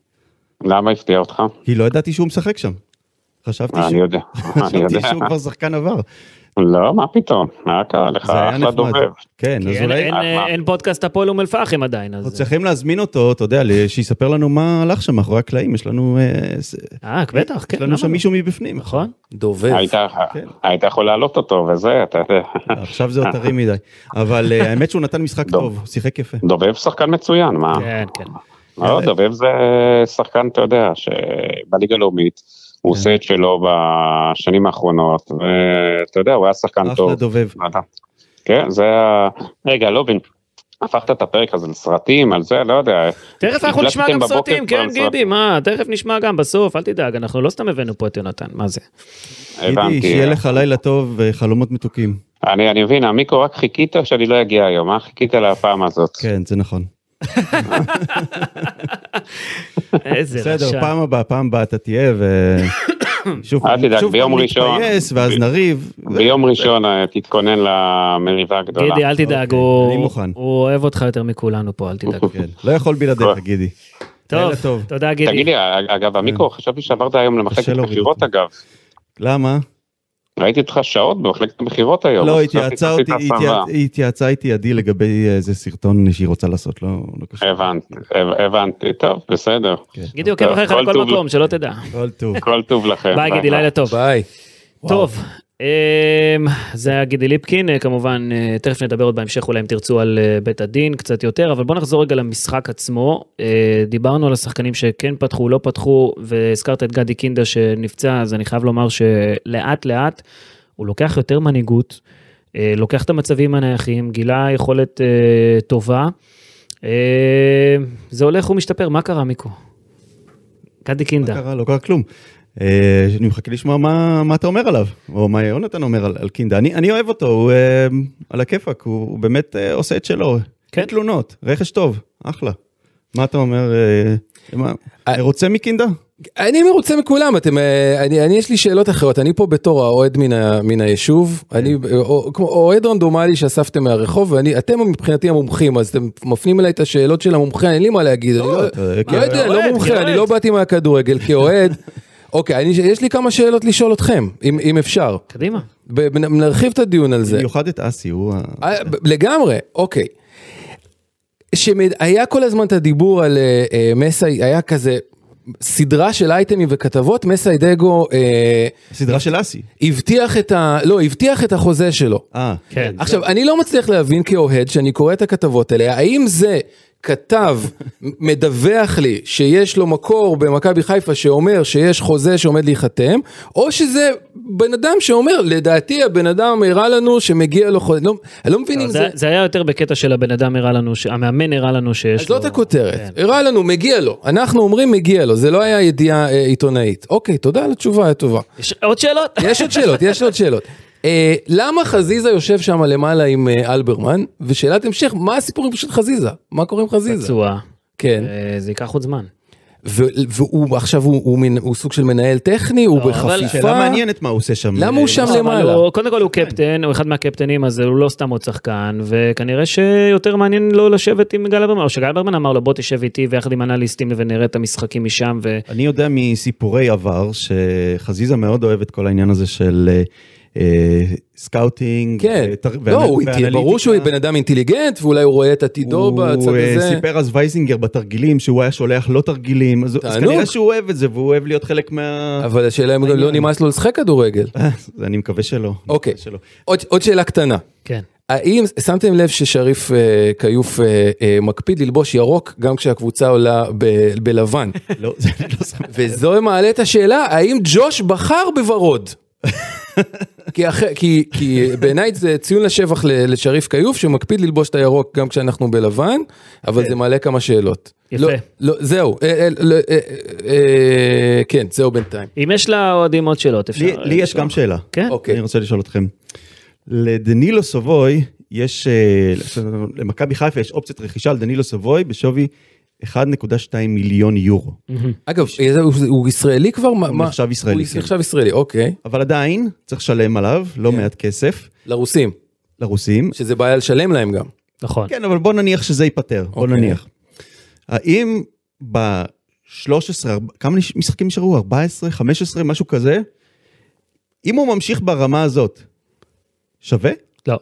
Speaker 5: למה הפתיע אותך?
Speaker 3: כי לא ידעתי שהוא משחק שם. חשבתי
Speaker 5: אני
Speaker 3: שהוא-
Speaker 5: יודע, אני
Speaker 3: חשבתי
Speaker 5: יודע.
Speaker 3: שהוא כבר שחקן עבר.
Speaker 5: לא, מה פתאום, מה קרה לך?
Speaker 3: זה היה
Speaker 5: אחלה
Speaker 3: נחמד.
Speaker 5: דובב.
Speaker 3: כן,
Speaker 2: כי
Speaker 3: אז
Speaker 2: אין-
Speaker 3: אולי
Speaker 2: אין-
Speaker 5: אה,
Speaker 2: אין פודקאסט הפועל אום אל-פחם עדיין,
Speaker 3: אנחנו
Speaker 2: אז...
Speaker 3: צריכים להזמין אותו, אתה יודע, ל- שיספר לנו מה הלך שם מאחורי הקלעים, יש לנו... אה, ס-
Speaker 2: אה, בטח, כן.
Speaker 3: יש לנו
Speaker 2: למה
Speaker 3: שם
Speaker 2: לא?
Speaker 3: מישהו מבפנים.
Speaker 2: נכון.
Speaker 4: דובב.
Speaker 5: היית-
Speaker 3: כן.
Speaker 5: היית יכול להעלות אותו וזה, אתה יודע.
Speaker 3: עכשיו זה עוד טרי מדי. אבל אה, האמת שהוא נתן משחק
Speaker 5: דום.
Speaker 3: טוב, הוא שיחק יפה.
Speaker 5: דובב שחקן מצוין, מה?
Speaker 2: כן, כן.
Speaker 5: לא,
Speaker 3: אה.
Speaker 5: דובב זה שחקן, אתה יודע, שבליגה הלאומית, הוא
Speaker 3: כן.
Speaker 5: עושה את שלו בשנים האחרונות, ואתה יודע, הוא היה שחקן טוב.
Speaker 3: אחלה דובב.
Speaker 5: ואתה- כן, זה ה... רגע, לובין, הפכת את הפרק הזה לסרטים, על זה, לא יודע.
Speaker 2: תכף אנחנו
Speaker 5: הקלטתם
Speaker 2: נשמע גם
Speaker 5: בבוקר
Speaker 2: סרטים,
Speaker 5: כבר
Speaker 2: כן,
Speaker 5: סרטים.
Speaker 2: גידי, מה, תכף נשמע גם בסוף, אל תדאג, אנחנו לא סתם הבאנו פה את יונתן, מה זה?
Speaker 5: הבנתי.
Speaker 3: גידי, שיהיה לך לילה טוב וחלומות מתוקים.
Speaker 5: אני אני מבין, המיקרו, רק חיכית שאני לא אגיע היום, אה? חיכית לפעם הזאת.
Speaker 3: כן, זה נכון.
Speaker 2: איזה
Speaker 3: בסדר,
Speaker 2: רשע.
Speaker 3: פעם הבאה, פעם הבאה אתה תהיה, ו... שוב,
Speaker 5: אל תדאג,
Speaker 3: שוב
Speaker 5: ביום
Speaker 3: פעם
Speaker 5: ראשון.
Speaker 3: נתפייס, ואז
Speaker 5: ב-
Speaker 3: נריב.
Speaker 5: ביום ראשון אה, תתכונן למריבה הגדולה.
Speaker 2: גידי, אל תדאג,
Speaker 3: אוקיי,
Speaker 2: הוא-
Speaker 3: אני מוכן.
Speaker 2: הוא אוהב אותך יותר מכולנו פה, אל תדאג.
Speaker 3: כן, לא יכול בלעדיך, גידי. לילה
Speaker 2: טוב,
Speaker 3: טוב.
Speaker 2: תודה
Speaker 5: תגיד
Speaker 2: גידי.
Speaker 5: לי, אה, אגב, המיקרו, חשבתי שעברת היום למחלקת
Speaker 3: כן. קשה להוריד
Speaker 5: מכירות,
Speaker 3: אותו.
Speaker 5: אגב.
Speaker 3: למה?
Speaker 5: ראיתי אותך שעות במחלקת המכירות היום.
Speaker 3: לא,
Speaker 5: אז
Speaker 3: התייעצה אותי,
Speaker 5: חשבתי שעשית הסבה.
Speaker 3: התייע- התייעצה איתי עדי לגבי איזה סרטון שהיא רוצה לעשות, לא לא קשור.
Speaker 5: הבנתי, הב- הבנתי, טוב, בסדר.
Speaker 3: כן.
Speaker 2: גידי עוקב
Speaker 5: טוב,
Speaker 2: אחריך
Speaker 5: כל
Speaker 2: לכל
Speaker 5: טוב אה,
Speaker 2: מקום, שלא תדע.
Speaker 3: כל טוב.
Speaker 5: כל טוב לכם.
Speaker 2: ביי גידי, לילה טוב.
Speaker 4: ביי. וואו.
Speaker 2: טוב, אמ, זה היה גידי ליפקין, אה, כמובן, אה, תכף נדבר עוד בהמשך אולי אם תרצו על אה, בית הדין קצת יותר, אבל בוא נחזור רגע למשחק עצמו. אה, דיברנו על השחקנים שכן פתחו, לא פתחו, והזכרת את גדי קינדה שנפצע, אז אני חייב לומר שלאט לאט הוא לוקח יותר מנהיגות, אה, לוקח את המצבים הנייחים, גילה יכולת אה, טובה. אה, זה הולך ומשתפר, מה קרה מיקו? קאדי
Speaker 3: מה
Speaker 2: קינדה.
Speaker 3: קרה? לא קרה כלום. אה, אני מחכה לשמוע מה, מה אתה אומר עליו, או מה יונתן אומר על, על קינדה. אני, אני אוהב אותו, הוא אה, על הכיפאק, הוא, הוא באמת אה, עושה את שלו.
Speaker 2: כן.
Speaker 3: אין תלונות, רכש טוב, אחלה. מה אתה אומר? אה, מה,
Speaker 4: אה,
Speaker 3: רוצה מקינדה?
Speaker 4: אני מרוצה מכולם, אתם, אה, אני, אני יש לי שאלות אחרות, אני פה בתור האוהד מן, ה, מן היישוב, אני אה, או, כמו אוהד רנדומלי שאספתם מהרחוב, ואני, אתם מבחינתי המומחים, אז אתם מפנים אליי את השאלות של המומחה, אין לי מה להגיד, אני לא,
Speaker 3: אתה-
Speaker 4: לא יודע,
Speaker 2: כאוהד,
Speaker 4: לא מומחה,
Speaker 2: כאוהד.
Speaker 4: אני לא באתי מהכדורגל, כאוהד. אוקיי, אני, יש לי כמה שאלות לשאול אתכם, אם, אם אפשר.
Speaker 2: קדימה.
Speaker 4: ב- נ- נרחיב את הדיון על זה.
Speaker 3: במיוחד את אסי, הוא... ה-
Speaker 4: אה, ב- לגמרי, אוקיי. שהיה כל הזמן את הדיבור על אה, אה, מסי, היה כזה סדרה של אייטמים וכתבות, מסי דגו אה,
Speaker 3: הסדרה של אסי.
Speaker 4: הבטיח את ה... לא, הבטיח את החוזה שלו.
Speaker 3: אה,
Speaker 2: כן.
Speaker 4: עכשיו, אני לא מצליח להבין כאוהד, שאני קורא את הכתבות האלה, האם זה כתב מדווח לי שיש לו מקור במכבי חיפה שאומר שיש חוזה שעומד להיחתם, או שזה בן אדם שאומר, לדעתי הבן אדם הראה לנו שמגיע לו חוזה, לא, אני לא מבין אם
Speaker 2: זה,
Speaker 4: זה...
Speaker 2: זה היה יותר בקטע של הבן אדם הראה לנו, ש- המאמן הראה לנו שיש
Speaker 4: אז לא
Speaker 2: לו...
Speaker 4: זאת הכותרת,
Speaker 2: כן.
Speaker 4: הראה לנו, מגיע לו, אנחנו אומרים מגיע לו, זה לא היה ידיעה אה, עיתונאית. אוקיי, תודה על התשובה הטובה.
Speaker 2: יש עוד שאלות?
Speaker 4: יש עוד שאלות, יש עוד שאלות. אה, למה חזיזה יושב שם למעלה עם אה, אלברמן? ושאלת המשך, מה הסיפורים של חזיזה? מה קורה עם חזיזה?
Speaker 2: פצוע.
Speaker 4: כן.
Speaker 2: אה, זה ייקח עוד זמן.
Speaker 4: ו- והוא עכשיו הוא- הוא מין- הוא סוג של מנהל טכני, הוא
Speaker 2: לא, אבל-
Speaker 4: בחפיפה.
Speaker 3: שאלה כן, מעניינת מה הוא עושה שם. אה,
Speaker 4: למה הוא שם
Speaker 2: אבל
Speaker 4: למעלה?
Speaker 2: הוא- קודם כל הוא קפטן, הוא אחד מהקפטנים, אז הוא לא סתם עוד שחקן, וכנראה שיותר מעניין לו לשבת עם גל אברמן, או שגל אברמן אמר לו בוא תשב איתי ויחד עם אנליסטים ונראה את המשחקים משם, ו...
Speaker 3: אני יודע מסיפורי עבר שחזיזה מאוד אוהב את כל העניין הזה של אה, אה, סקאוטינג.
Speaker 4: כן.
Speaker 3: ותר-
Speaker 4: לא, הוא
Speaker 3: ואנ-
Speaker 4: איתי, ברור שהוא
Speaker 3: ואנליטיקה.
Speaker 4: בן אדם אינטליגנט, ואולי הוא רואה את עתידו בצד
Speaker 3: הוא אה,
Speaker 4: הזה.
Speaker 3: סיפר אז וייזינגר בתרגילים שהוא היה שולח לא תרגילים, אז אז
Speaker 4: תענוג.
Speaker 3: כנראה שהוא אוהב את זה והוא אוהב להיות חלק מה...
Speaker 4: אבל השאלה אם גם לא
Speaker 3: העניין.
Speaker 4: נמאס לו לשחק כדורגל.
Speaker 3: אני מקווה שלא. אני
Speaker 4: אוקיי.
Speaker 3: מקווה שלא.
Speaker 4: עוד- עוד שאלה קטנה.
Speaker 2: כן.
Speaker 4: האם שמתם לב ששריף אה, כיוף אה, אה, מקפיד ללבוש ירוק גם כשהקבוצה עולה ב- בלבן?
Speaker 3: לא, זה אני לא שם.
Speaker 4: וזו מעלה את השאלה האם ג'וש בחר בוורוד. כי, אח... כי, כי בעיניי זה ציון לשבח ל- לשריף כיוף שמקפיד ללבוש את הירוק גם כשאנחנו בלבן, אבל זה
Speaker 3: כן.
Speaker 4: מעלה כמה שאלות.
Speaker 2: יפה.
Speaker 4: לא, לא, זהו, אה, אה, לא, אה, אה, אה, כן, זהו בינתיים.
Speaker 2: אם יש לאוהדים עוד שאלות, אפשר...
Speaker 3: לי- לי יש גם שאלה.
Speaker 2: כן?
Speaker 4: אוקיי.
Speaker 3: אני רוצה לשאול אתכם. לדנילו סבוי יש, אה, למכבי חיפה יש אופציית רכישה על דנילו סבוי בשווי 1.2 מיליון יורו.
Speaker 4: אגב, אה, הוא, הוא ישראלי כבר? מה-
Speaker 3: הוא
Speaker 4: מה-
Speaker 3: נחשב ישראלי,
Speaker 4: הוא
Speaker 3: כן.
Speaker 4: נחשב ישראלי, אוקיי.
Speaker 3: אבל עדיין צריך לשלם עליו לא
Speaker 4: כן.
Speaker 3: מעט כסף
Speaker 4: לרוסים,
Speaker 3: לרוסים.
Speaker 4: שזה בעיה לשלם להם גם.
Speaker 2: נכון.
Speaker 3: כן, אבל בוא נניח שזה ייפתר, בוא
Speaker 4: אוקיי.
Speaker 3: נניח. האם ב-13, כמה נש- משחקים נשארו? 14, 15, משהו כזה? אם הוא ממשיך ברמה הזאת, שווה?
Speaker 2: לא.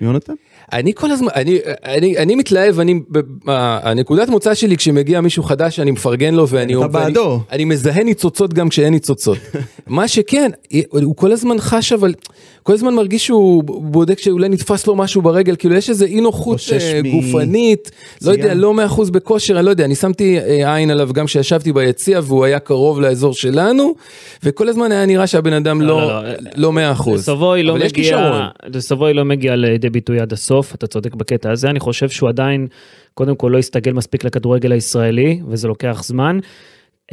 Speaker 3: יונתן?
Speaker 4: אני כל הזמן, אני, אני, אני מתלהב, אני, ב- ה- הנקודת מוצא שלי כשמגיע מישהו חדש, אני מפרגן לו ואני...
Speaker 3: אתה
Speaker 4: ואני-
Speaker 3: בעדו.
Speaker 4: אני מזהה ניצוצות גם כשאין ניצוצות. מה שכן, הוא כל הזמן חש, אבל כל הזמן מרגיש שהוא בודק שאולי נתפס לו משהו ברגל, כאילו יש איזה אי נוחות
Speaker 3: חושש
Speaker 4: אה,
Speaker 3: מ-
Speaker 4: גופנית, לא
Speaker 3: פציעה.
Speaker 4: יודע, לא מאה אחוז בכושר, אני לא יודע, אני שמתי אה, עין עליו גם כשישבתי ביציע והוא היה קרוב לאזור שלנו, וכל הזמן היה נראה שהבן אדם
Speaker 2: לא,
Speaker 4: לא-
Speaker 2: לא, לא.
Speaker 4: לא מאה אחוז.
Speaker 2: סבוי לא
Speaker 4: אבל יש
Speaker 2: מגיע,
Speaker 4: כישרון.
Speaker 2: סבוי לא מגיע לידי ביטוי עד הסוף, אתה צודק בקטע הזה, אני חושב שהוא עדיין, קודם כל לא הסתגל מספיק לכדורגל הישראלי, וזה לוקח זמן.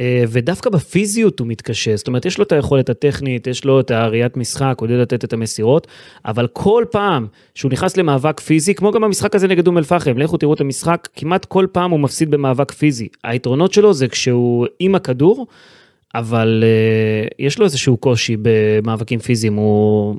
Speaker 2: אה, ודווקא בפיזיות הוא מתקשה, זאת אומרת, יש לו את היכולת הטכנית, יש לו את הראיית משחק, הוא יודע לתת את המסירות, אבל כל פעם שהוא נכנס למאבק פיזי, כמו גם המשחק הזה נגד אום אל-פחם, לכו תראו את המשחק, כמעט כל פעם הוא מפסיד במאבק פיזי. היתרונות שלו זה כשהוא עם הכדור, אבל אה, יש לו איזשהו קושי במאבקים פיזיים, הוא...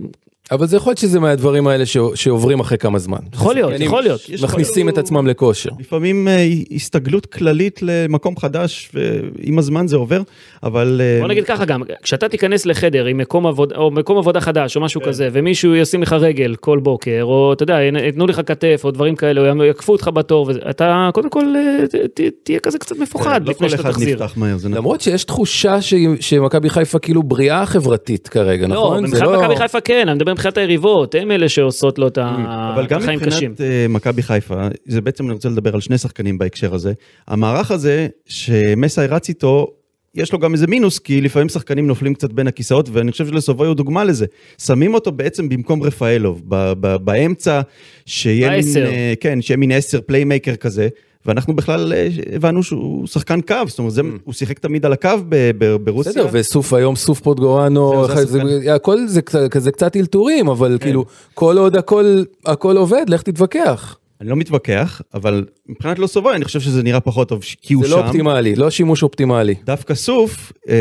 Speaker 4: אבל זה יכול להיות שזה מהדברים האלה ש- שעוברים אחרי כמה זמן.
Speaker 2: יכול להיות,
Speaker 4: אני-
Speaker 2: יכול להיות.
Speaker 3: יש-
Speaker 4: מכניסים את עצמם לכושר.
Speaker 3: לפעמים אה, הסתגלות כללית למקום חדש, ועם הזמן זה עובר, אבל... אה,
Speaker 2: בוא נגיד ככה גם, כשאתה תיכנס לחדר עם מקום עבודה, או מקום עבודה חדש, או
Speaker 3: כן.
Speaker 2: משהו כזה, ומישהו ישים לך רגל כל בוקר, או אתה יודע, יתנו לך כתף, או דברים כאלה, או יקפו אותך בתור, וזה- אתה קודם כל אה, ת- ת- תהיה כזה קצת מפוחד
Speaker 3: לא
Speaker 2: לפני
Speaker 3: כל
Speaker 2: שאתה
Speaker 3: אחד
Speaker 2: תחזיר.
Speaker 3: נפתח מהר, זה נכון.
Speaker 4: למרות שיש תחושה ש- שמכבי חיפה כאילו בריאה חברתית כרגע,
Speaker 2: לא,
Speaker 4: נכון? זה
Speaker 2: מבחינת מכבי חיפה כן, אני מדבר מבחינת היריבות, הם אלה שעושות לו את ה-
Speaker 3: Mm, אבל
Speaker 2: את
Speaker 3: גם
Speaker 2: החיים קשים.
Speaker 3: מבחינת אה, מכבי חיפה, זה בעצם אני רוצה לדבר על שני שחקנים בהקשר הזה. המערך הזה שמסי רץ איתו, יש לו גם איזה מינוס, כי לפעמים שחקנים נופלים קצת בין הכיסאות, ואני חושב שלסובוי הוא דוגמה לזה. שמים אותו בעצם במקום רפאלוב, ב- ב- באמצע, שיהיה מין,
Speaker 2: בעשר.
Speaker 3: אה, כן, שיהיה מין עשר פליימייקר כזה, ואנחנו בכלל אה, הבנו שהוא שחקן קו, זאת
Speaker 2: Mm.
Speaker 3: אומרת, זה, הוא שיחק תמיד על הקו ב- ב- ברוסיה.
Speaker 4: בסדר, וסוף היום, סוף פוטגורנו,
Speaker 3: זהו, זה כן.
Speaker 4: זה-
Speaker 3: השחקן.
Speaker 4: הכל זה קצת- כזה קצת אלתורים, אבל כאילו, כל עוד הכל הכל עובד, לך תתווכח.
Speaker 3: אני לא מתווכח, אבל מבחינת לא סובה, אני חושב שזה נראה פחות טוב, ש- כי הוא
Speaker 4: זה
Speaker 3: שם.
Speaker 4: לא אופטימלי, לא שימוש אופטימלי.
Speaker 3: דווקא סוף, אה,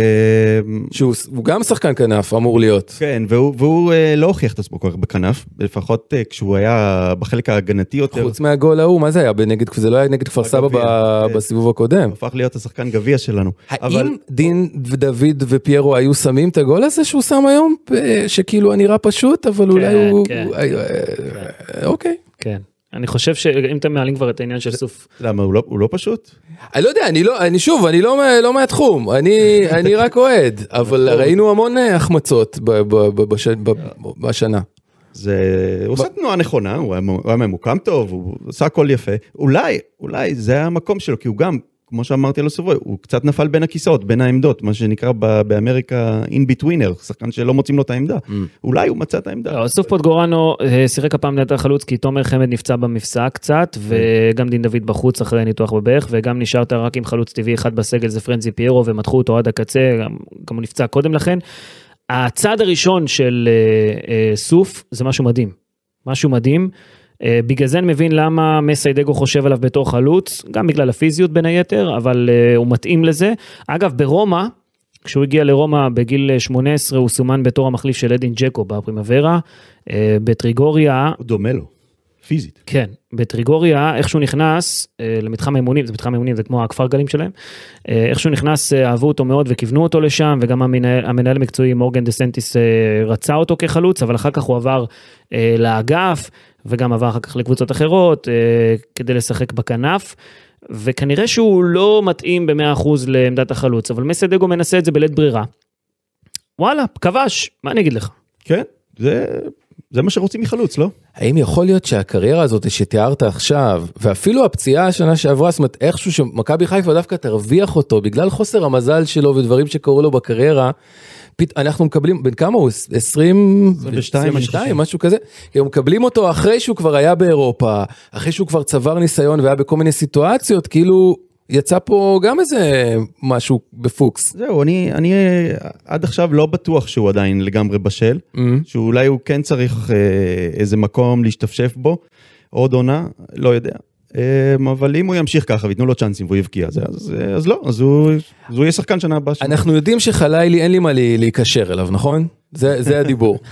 Speaker 4: שהוא הוא גם שחקן כנף אמור להיות.
Speaker 3: כן, והוא, והוא אה, לא הוכיח את עצמו כל כך בכנף, לפחות אה, כשהוא היה בחלק ההגנתי יותר,
Speaker 4: חוץ מהגול ההוא, מה זה היה? בנגד, זה לא היה נגד כפר סבא
Speaker 3: בגביע,
Speaker 4: ב-
Speaker 3: כן.
Speaker 4: בסיבוב הקודם.
Speaker 3: הוא הפך להיות השחקן גביע שלנו. אבל
Speaker 4: האם דין ודוד ופיירו היו שמים את הגול הזה שהוא שם היום? אה, שכאילו הנראה פשוט, אבל אולי הוא...
Speaker 2: כן.
Speaker 4: הוא- אה, אה, אוקיי.
Speaker 2: כן. אני חושב שאם אתם מעלים כבר את העניין של סוף,
Speaker 3: למה, הוא לא, הוא לא פשוט?
Speaker 4: אני לא יודע, אני לא, אני שוב, אני לא, מה- לא מהתחום, אני, אני רק אוהד, אבל ראינו המון אה, החמצות ב, ב, ב, בש, ב, ב, בשנה.
Speaker 3: זה... הוא עושה תנועה נכונה, הוא היה, מ- הוא היה ממוקם טוב, הוא עשה הכל יפה. אולי, אולי זה המקום שלו, כי הוא גם, כמו שאמרתי לו סבוי, הוא קצת נפל בין הכיסאות, בין העמדות, מה שנקרא ב- באמריקה in betweener, שחקן שלא מוצאים לו את העמדה. אולי הוא מצא את העמדה.
Speaker 2: לא, סוף פוטגורנו אה, שיחק הפעם ליד החלוץ כי תומר חמד נפצע במפסע קצת, וגם דין דוד בחוץ אחרי ניתוח בברך, וגם נשארת רק עם חלוץ טבעי אחד בסגל זה פרנזי פיירו, ומתחו אותו עד הקצה, גם, גם הוא נפצע קודם לכן. הצעד הראשון של אה, אה, סוף זה משהו מדהים, משהו מדהים. אה, בגלל זה אני מבין למה מסיידגו חושב עליו בתור חלוץ, גם בגלל הפיזיות בין היתר, אבל אה, הוא מתאים לזה. אגב, ברומא, כשהוא הגיע לרומא בגיל 18, הוא סומן בתור המחליף של אדין ג'קו בפרימוורה. אה, בטריגוריה,
Speaker 3: הוא דומה לו, פיזית.
Speaker 2: כן, בטריגוריה, איך שהוא נכנס אה, למתחם האימונים, זה מתחם האימונים, זה כמו הכפר גלים שלהם, אה, איך שהוא נכנס, אה, אהבו אותו מאוד וכיוונו אותו לשם, וגם המנהל, המנהל המקצועי מורגן דה סנטיס אה, רצה אותו כחלוץ, אבל אחר כך הוא עבר אה, לאגף, וגם עבר אחר כך לקבוצות אחרות, אה, כדי לשחק בכנף. וכנראה שהוא לא מתאים ב-100% לעמדת החלוץ, אבל מסדגו מנסה את זה בלית ברירה. וואלה, כבש, מה אני אגיד לך?
Speaker 3: כן, זה, זה מה שרוצים מחלוץ, לא?
Speaker 4: האם יכול להיות שהקריירה הזאת שתיארת עכשיו, ואפילו הפציעה השנה שעברה, זאת אומרת איכשהו שמכבי חיפה דווקא תרוויח אותו בגלל חוסר המזל שלו ודברים שקרו לו בקריירה, פת... אנחנו מקבלים, בן כמה הוא? 20...
Speaker 3: 22, אני חושב.
Speaker 4: משהו כזה? הם מקבלים אותו אחרי שהוא כבר היה באירופה, אחרי שהוא כבר צבר ניסיון והיה בכל מיני סיטואציות, כאילו יצא פה גם איזה משהו בפוקס.
Speaker 3: זהו, אני, אני אה, עד עכשיו לא בטוח שהוא עדיין לגמרי בשל, שאולי הוא כן צריך אה, איזה מקום להשתפשף בו, עוד עונה, לא יודע. אה, אבל אם הוא ימשיך ככה וייתנו לו צ'אנסים והוא יבקיע, אז, אז, אז לא, אז הוא, אז הוא יהיה שחקן שנה הבאה. שלנו.
Speaker 4: אנחנו יודעים שחלילי אין לי מה לי- להיקשר אליו, נכון? זה, זה הדיבור.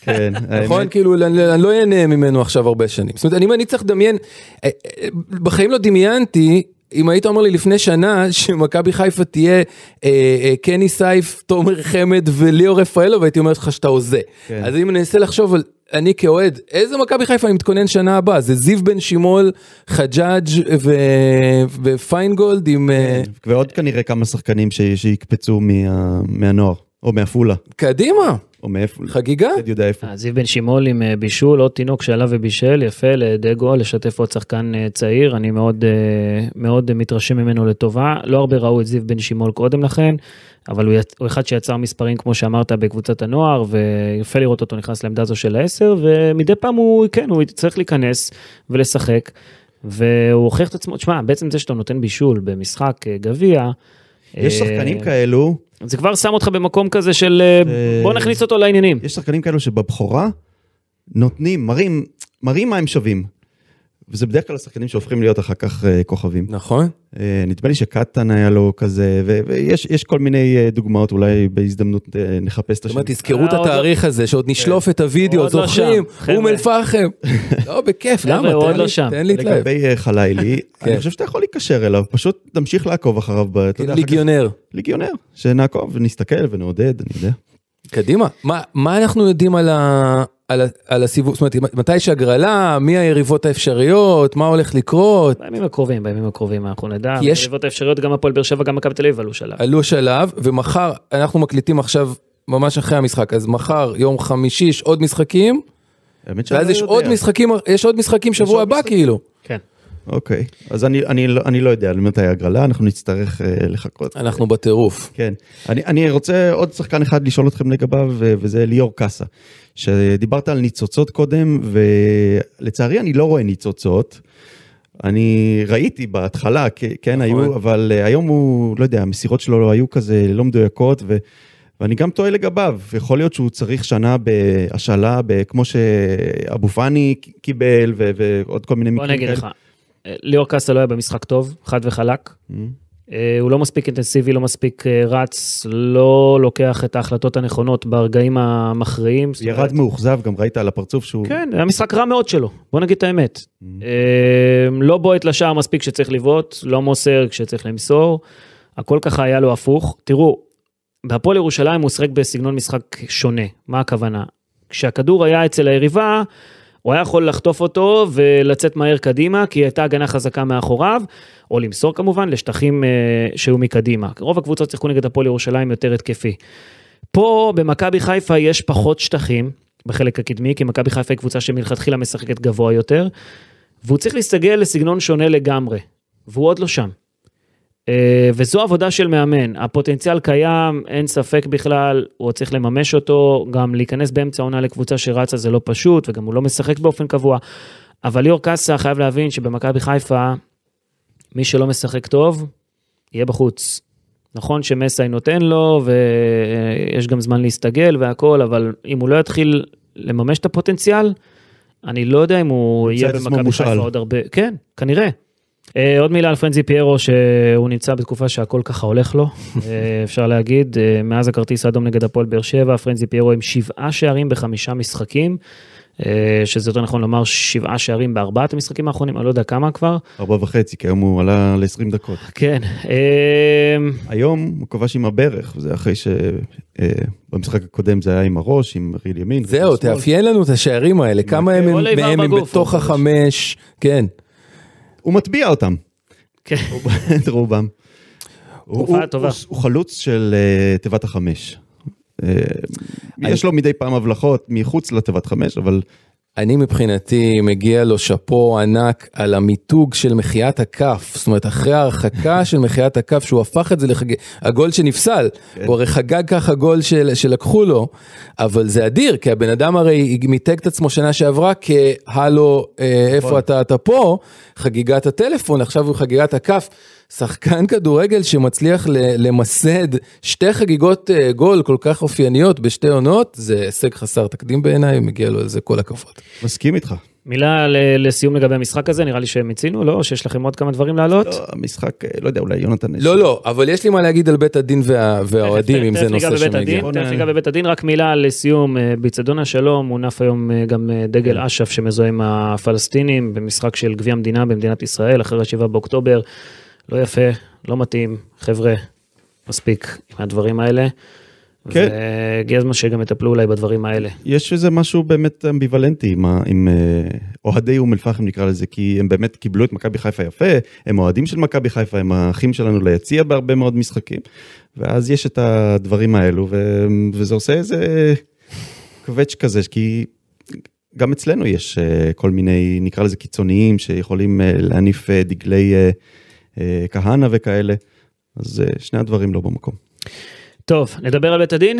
Speaker 3: כן,
Speaker 4: נכון?
Speaker 3: האמת,
Speaker 4: כאילו, אני אני לא אהנה ממנו עכשיו הרבה שנים. זאת אומרת, אם אני צריך לדמיין, אה, אה, בחיים לא דמיינתי, אם היית אומר לי לפני שנה שמכבי חיפה תהיה אה, אה, קני סייף, תומר חמד וליאור רפאלוב, הייתי אומר לך שאתה הוזה.
Speaker 3: כן.
Speaker 4: אז אם אני אנסה לחשוב על... אני כאוהד, איזה מכבי חיפה אני מתכונן שנה הבאה? זה זיו בן שימול, חג'אג' ו... ופיינגולד עם... אה,
Speaker 3: ועוד כנראה כמה שחקנים ש, שיקפצו מה, מהנוער, או מעפולה,
Speaker 4: קדימה,
Speaker 3: או מאיפה,
Speaker 4: חגיגה.
Speaker 3: אני יודע איפה.
Speaker 2: אה, זיו בן שימול עם אה, בישול, עוד תינוק שעלה ובישל, יפה לדגו, לשתף עוד שחקן אה, צעיר, אני מאוד, אה, מאוד אה, מתרשם ממנו לטובה. לא הרבה ראו את זיו בן שימול קודם לכן, אבל הוא, יצ- הוא אחד שיצר מספרים, כמו שאמרת, בקבוצת הנוער, ויפה לראות אותו נכנס לעמדה הזו של העשר, ומדי פעם הוא, כן, הוא יצטרך להיכנס ולשחק, והוא הוכיח את עצמו, תשמע, בעצם זה שאתה נותן בישול במשחק אה, גביע,
Speaker 3: יש
Speaker 2: אה,
Speaker 3: שחקנים כאלו,
Speaker 2: זה כבר שם אותך במקום כזה של אה,
Speaker 3: זה-
Speaker 2: בוא נכניס אותו לעניינים.
Speaker 3: יש שחקנים כאלו שבבכורה נותנים, מראים, מראים מה הם שווים. וזה בדרך כלל השחקנים שהופכים להיות אחר כך אה, כוכבים.
Speaker 4: נכון.
Speaker 3: אה, נדמה לי שקטן היה לו כזה, ו- ויש יש כל מיני אה, דוגמאות, אולי בהזדמנות אה, נחפש את
Speaker 4: זאת
Speaker 3: השם.
Speaker 4: אומרת, תזכרו את
Speaker 2: אה, עוד לא-
Speaker 4: התאריך הזה, שעוד נשלוף את הוידאו,
Speaker 2: עוד לא
Speaker 4: זוכרים,
Speaker 2: שם, חבר'ה.
Speaker 4: אום אל פחם. לא, בכיף,
Speaker 2: חבר'ה,
Speaker 4: למה?
Speaker 2: הוא
Speaker 4: תן
Speaker 2: עוד
Speaker 4: לי-
Speaker 2: לא שם.
Speaker 4: תן לי את לב.
Speaker 3: לגבי אה, חלילי,
Speaker 4: כן. כאילו,
Speaker 3: אני חושב שאתה יכול להיקשר אליו, פשוט תמשיך לעקוב אחריו. ב- אתה יודע, אחר כך-
Speaker 4: ליגיונר.
Speaker 3: ליגיונר, שנחקוב ונסתכל ונעודד, אני יודע.
Speaker 4: קדימה. מה- מה אנחנו יודעים על ה- על ה- על הסיבוב? זאת אומרת, מתי יש הגרלה, מי היריבות האפשריות, מה הולך לקרות?
Speaker 2: בימים הקרובים, בימים הקרובים אנחנו נדע.
Speaker 4: כי יש- אה,
Speaker 2: יש... בנסיבות האפשריות גם הפועל באר שבע, גם מכבי תל אביב עלו שלב.
Speaker 4: עלו שלב, ומחר, אנחנו מקליטים עכשיו, ממש אחרי המשחק, אז מחר, יום חמישי, יש עוד משחקים,
Speaker 3: האמת שאני
Speaker 4: ואז
Speaker 3: לא
Speaker 4: יש
Speaker 3: יודע.
Speaker 4: עוד משחקים, יש עוד משחקים שבוע
Speaker 3: עוד
Speaker 4: הבא,
Speaker 3: משחקים.
Speaker 4: כאילו.
Speaker 2: כן.
Speaker 3: אוקיי, אז אני- אני לא- אני לא יודע מתי ההגרלה, אנחנו נצטרך אה, לחכות.
Speaker 4: אנחנו בטירוף.
Speaker 3: כן. אני, אני רוצה עוד שחקן אחד לשאול אתכם לגביו, ו- וזה ליאור קאסה. שדיברת על ניצוצות קודם, ולצערי אני לא רואה ניצוצות, אני ראיתי בהתחלה, כ- כן
Speaker 4: נכון.
Speaker 3: היו, אבל אה, היום הוא, לא יודע, המסירות שלו היו כזה לא מדויקות, ו, ואני גם טועה לגביו. יכול להיות שהוא צריך שנה בהשאלה, ב- כמו שאבו פאני ק- קיבל, ו, ועוד כל מיני
Speaker 2: בוא
Speaker 3: מקרים
Speaker 2: אני אגיד לך, אה, ליאור קאסה לא היה במשחק טוב, חד וחלק.
Speaker 3: Mm.
Speaker 2: אה, הוא לא מספיק אינטנסיבי, לא מספיק אה, רץ, לא לוקח את ההחלטות הנכונות ברגעים המכריעים. זאת אומרת,
Speaker 3: ירד מאוכזב, גם ראית על הפרצוף שהוא...
Speaker 2: כן, היה משחק רע מאוד שלו, בוא נגיד את האמת. אה, לא בועט לשער מספיק כשצריך לבעוט, לא מוסר כשצריך למסור, הכל ככה היה לו הפוך. תראו, בהפועל ירושלים הוא שיחק בסגנון משחק שונה, מה הכוונה? כשהכדור היה אצל היריבה, הוא היה יכול לחטוף אותו ולצאת מהר קדימה, כי הייתה הגנה חזקה מאחוריו, או למסור כמובן לשטחים אה, שהיו מקדימה. רוב הקבוצות שיחקו נגד הפועל ירושלים יותר התקפי. פה במכבי חיפה יש פחות שטחים בחלק הקדמי, כי מכבי חיפה היא קבוצה שמלכתחילה משחקת גבוה יותר, והוא צריך להסתגל לסגנון שונה לגמרי, והוא עוד לא שם. אה, וזו עבודה של מאמן, הפוטנציאל קיים, אין ספק בכלל, הוא עוד צריך לממש אותו, גם להיכנס באמצע העונה לקבוצה שרצה זה לא פשוט, וגם הוא לא משחק באופן קבוע. אבל ליאור קאסה חייב להבין שבמכבי חיפה, מי שלא משחק טוב, יהיה בחוץ. נכון שמסי נותן לו, ויש גם זמן להסתגל והכל, אבל אם הוא לא יתחיל לממש את הפוטנציאל, אני לא יודע אם הוא
Speaker 3: ימצא
Speaker 2: יהיה
Speaker 3: את עצמו
Speaker 2: במכבי
Speaker 3: מושאל.
Speaker 2: חיפה עוד הרבה... כן, כנראה. אה, עוד מילה על פרנזי פיירו, שהוא נמצא בתקופה שהכל ככה הולך לו, אה, אפשר להגיד. אה, מאז הכרטיס האדום נגד הפועל באר שבע, פרנזי פיירו עם שבעה שערים בחמישה משחקים, אה, שזה יותר נכון לומר שבעה שערים בארבעת המשחקים האחרונים, אני לא יודע כמה כבר.
Speaker 3: ארבע וחצי, כי היום הוא עלה ל-20 דקות.
Speaker 2: כן, אה,
Speaker 3: היום הוא כבש עם הברך, זה אחרי שבמשחק הקודם זה היה עם הראש, עם רגל ימין.
Speaker 4: זהו,
Speaker 3: רגל שמאל.
Speaker 4: תאפיין לנו את השערים האלה, כמה הם-
Speaker 2: עולה עם
Speaker 4: מהם
Speaker 2: ארבע
Speaker 4: הם
Speaker 2: גוף,
Speaker 4: בתוך
Speaker 2: הוא חושב.
Speaker 4: החמש, כן.
Speaker 3: הוא מטביע אותם,
Speaker 2: כן.
Speaker 3: את רובם. הוא-
Speaker 2: תופעה
Speaker 3: הוא-
Speaker 2: טובה.
Speaker 3: הוא- הוא חלוץ של אה, תיבת החמש. אה, יש לו מדי פעם הבלחות מחוץ לתיבת חמש, אבל
Speaker 4: אני מבחינתי מגיע לו שאפו ענק על המיתוג של מחיית הכף, זאת אומרת אחרי ההרחקה של מחיית הכף שהוא הפך את זה לחג... הגול שנפסל,
Speaker 3: כן.
Speaker 4: הוא הרי חגג ככה גול של... שלקחו לו, אבל זה אדיר כי הבן אדם הרי מיתג את עצמו שנה שעברה כהלו אה, איפה אתה אתה פה, חגיגת הטלפון עכשיו הוא חגיגת הכף. שחקן כדורגל שמצליח ל- למסד שתי חגיגות אה, גול כל כך אופייניות בשתי עונות, זה הישג חסר תקדים בעיניי, מגיע לו על זה כל הכבוד.
Speaker 3: מסכים איתך.
Speaker 2: מילה ל- לסיום לגבי המשחק הזה, נראה לי שמיצינו, לא? או שיש לכם עוד כמה דברים להעלות?
Speaker 3: לא, המשחק, אה, לא יודע, אולי יונתן... יש-
Speaker 4: לא, לא, אבל יש לי מה להגיד על בית הדין וה- והאוהדים, לא, אם זה
Speaker 2: תכף
Speaker 4: נושא
Speaker 2: ניגע בבית
Speaker 4: שמגיע.
Speaker 2: הדין, תכף ניגע בבית הדין, רק מילה לסיום, אה, בצדון השלום מונף היום אה, גם אה, דגל
Speaker 4: כן.
Speaker 2: אש"ף שמזוהה עם הפלסטינים במשחק של גביע המדינה במדינת ישראל, אחרי 7 באוקטובר. לא יפה, לא מתאים, חבר'ה, מספיק עם הדברים האלה.
Speaker 3: כן.
Speaker 2: והגיע הזמן שגם יטפלו אולי בדברים האלה.
Speaker 3: יש איזה משהו באמת אמביוולנטי עם, ה- עם אה, אוהדי אום אל-פחם נקרא לזה, כי הם באמת קיבלו את מכבי חיפה יפה, הם אוהדים של מכבי חיפה, הם האחים שלנו ליציע בהרבה מאוד משחקים, ואז יש את הדברים האלו, ו, וזה עושה איזה קווץ' כזה, כי גם אצלנו יש אה, כל מיני, נקרא לזה קיצוניים, שיכולים אה, להניף אה, דגלי אה, אה, כהנא וכאלה, אז אה, שני הדברים לא במקום.
Speaker 2: טוב, נדבר על בית הדין.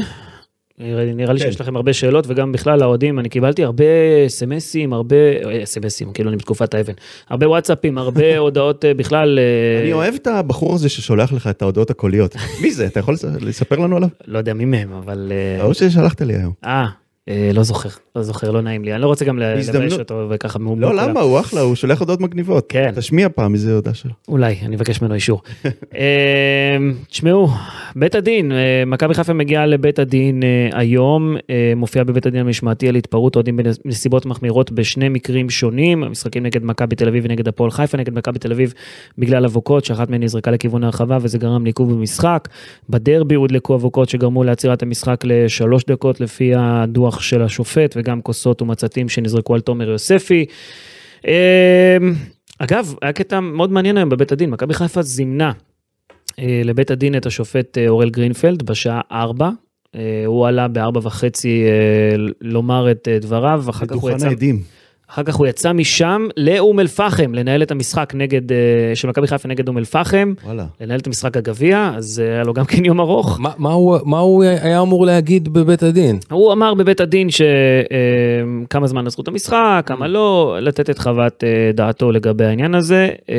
Speaker 2: נראה לי- נראה לי
Speaker 3: כן.
Speaker 2: שיש לכם הרבה שאלות, וגם בכלל האוהדים, אני קיבלתי הרבה אסמסים, הרבה אה, אסמסים, כאילו אני בתקופת האבן, הרבה וואטסאפים, הרבה הודעות אה, בכלל, אה,
Speaker 3: אני אוהב את הבחור הזה ששולח לך את ההודעות הקוליות. מי זה? אתה יכול לס- לספר לנו עליו?
Speaker 2: לא יודע מי מהם, אבל... אה,
Speaker 3: ההוא ששלחת לי היום.
Speaker 2: אה, אה, לא זוכר, לא זוכר, לא נעים לי, אני לא רוצה גם ל-
Speaker 3: בהזדמנות.
Speaker 2: לבייש אותו וככה מאומות.
Speaker 3: לא, למה? הוא אחלה, הוא שולח הודעות מגניבות.
Speaker 2: כן.
Speaker 3: תשמיע פעם איזה הודעה שלו.
Speaker 2: אולי, אני אבקש ממנו אישור. אה, תשמעו, בית הדין, אה, מכבי חיפה מגיעה לבית הדין אה, היום, אה, מופיעה בבית הדין המשמעתי על התפרעות אוהדים בנסיבות מחמירות בשני מקרים שונים, המשחקים נגד מכבי תל אביב ונגד הפועל חיפה, נגד מכבי תל אביב בגלל אבוקות, שאחת מהן נזרקה לכיוון הרחבה וזה גרם לעיכוב במשחק. בדרבי הודלקו אבוקות שגרמו לעצירת המשחק לשלוש דקות לפי הדוח של השופט, וגם כוסות ומצתים שנזרקו על תומר יוספי. אמ, אגב, היה קטע מאוד מעניין היום בבית הדין, מכבי חיפה זימנה אה, לבית הדין את השופט אה, אוראל גרינפלד בשעה 4. הוא עלה בארבע וחצי אה, לומר את אה, דבריו, אחר כך הוא
Speaker 3: לדוכן
Speaker 2: יצא,
Speaker 3: העדים.
Speaker 2: אחר כך הוא יצא משם לאום אל-פחם, לנהל את המשחק נגד, אה, של מכבי חיפה נגד אום אל-פחם,
Speaker 3: וואלה.
Speaker 2: לנהל את המשחק הגביע, אז אה, היה לו גם כן יום ארוך.
Speaker 4: מה- מה הוא- מה הוא היה אמור להגיד בבית הדין?
Speaker 2: הוא אמר בבית הדין שכמה זמן עזרו את המשחק, כמה לא, לתת את חוות אה, דעתו לגבי העניין הזה. אה,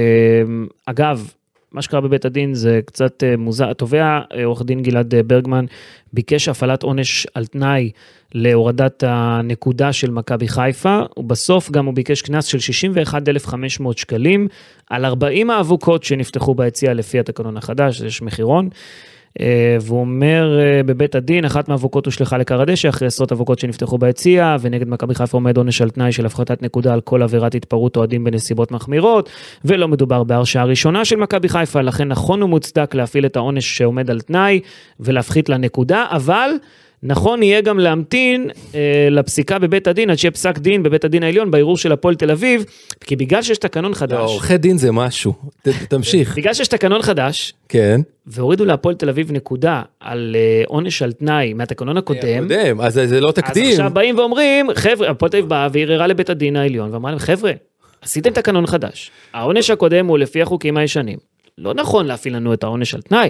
Speaker 2: אגב, מה שקרה בבית הדין זה קצת אה, מוזר, התובע אה, עורך דין גלעד אה, ברגמן ביקש הפעלת עונש על תנאי להורדת הנקודה של מכבי חיפה, ובסוף גם הוא ביקש קנס של 61,500 שקלים על 40 האבוקות שנפתחו ביציע לפי התקנון החדש, יש מחירון. אה, והוא אומר אה, בבית הדין, אחת מהאבוקות הושלכה לכר הדשא אחרי עשרות אבוקות שנפתחו ביציע, ונגד מכבי חיפה עומד עונש על תנאי של הפחתת נקודה על כל עבירת התפרעות אוהדים בנסיבות מחמירות, ולא מדובר בהרשעה ראשונה של מכבי חיפה, לכן נכון ומוצדק להפעיל את העונש שעומד על תנאי ולהפחית לנקודה, אבל... נכון יהיה גם להמתין אה, לפסיקה בבית הדין עד שיהיה פסק דין בבית הדין העליון בערעור של הפועל תל אביב, כי בגלל שיש תקנון חדש,
Speaker 4: לא, עורכי דין זה משהו. ת- תמשיך.
Speaker 2: בגלל שיש תקנון חדש,
Speaker 4: כן.
Speaker 2: והורידו להפועל תל אביב נקודה על אה, עונש על תנאי מהתקנון הקודם.
Speaker 4: קודם, אז זה לא
Speaker 2: אז
Speaker 4: תקדים.
Speaker 2: עכשיו באים ואומרים, חבר'ה, הפועל תל אביב באה וערערה לבית הדין העליון ואמרה להם, חבר'ה, עשיתם תקנון חדש, העונש הקודם הוא לפי החוקים הישנים, לא נכון להפעיל לנו את העונש על תנאי,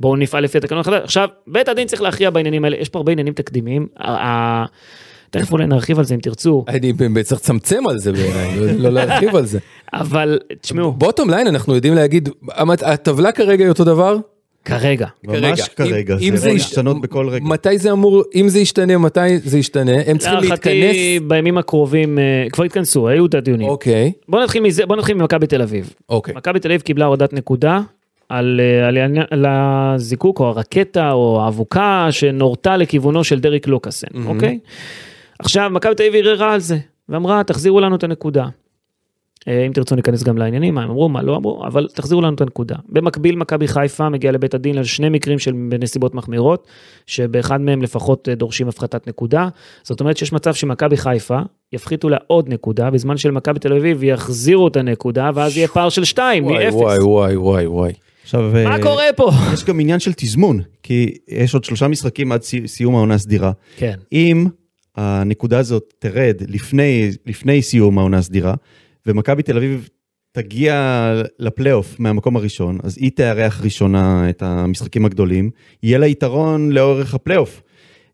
Speaker 2: בואו נפעל לפי התקנון החדש. עכשיו, בית הדין צריך להכריע בעניינים האלה, יש פה הרבה עניינים תקדימיים, ה- ה- תכף אולי נרחיב על זה אם תרצו,
Speaker 4: אני באמת צריך לצמצם על זה בעיניי, לא- לא להרחיב על זה.
Speaker 2: אבל תשמעו,
Speaker 4: בוטום ליין אנחנו יודעים להגיד, המת- הטבלה כרגע היא אותו דבר?
Speaker 2: כרגע,
Speaker 3: ממש כרגע,
Speaker 4: אם- אם
Speaker 3: זה יכול
Speaker 4: יש-
Speaker 3: להשתנות בכל רגע.
Speaker 4: מתי זה אמור, אם זה ישתנה, מתי זה ישתנה, הם צריכים להתכנס.
Speaker 2: להערכתי בימים הקרובים, אה, כבר התכנסו, היו את הדיונים.
Speaker 4: אוקיי,
Speaker 2: בוא נתחיל מזה, בוא נתחיל ממכבי תל אביב.
Speaker 4: אוקיי.
Speaker 2: מכבי תל אביב קיבלה הורדת נקודה על, אה, על, העניין- על הזיקוק או הרקטה או האבוקה שנורתה לכיוונו של דריק לוקאסן, אוקיי? עכשיו, מכבי תל אביב ערערה על זה, ואמרה, תחזירו לנו את הנקודה. אה, אם תרצו ניכנס גם לעניינים, מה הם אמרו, מה לא אמרו, אבל תחזירו לנו את הנקודה. במקביל, מכבי חיפה מגיעה לבית הדין על שני מקרים של בנסיבות מחמירות, שבאחד מהם לפחות אה, דורשים הפחתת נקודה. זאת אומרת שיש מצב שמכבי חיפה יפחיתו לה עוד נקודה, בזמן שלמכבי תל אביב יחזירו את הנקודה, ואז יהיה פער של שתיים,
Speaker 4: וואי
Speaker 2: מאפס.
Speaker 4: וואי וואי וואי וואי.
Speaker 3: עכשיו,
Speaker 2: מה
Speaker 3: אה,
Speaker 2: קורה פה?
Speaker 3: יש גם עניין של תזמון, כי יש עוד שלושה משחקים עד סי- סיום העונה הסדירה.
Speaker 2: כן.
Speaker 3: אם הנקודה הזאת תרד לפני, לפני סיום העונה הסדירה, ומכבי תל אביב תגיע לפלייאוף מהמקום הראשון, אז היא תארח ראשונה את המשחקים הגדולים, יהיה לה יתרון לאורך הפלייאוף.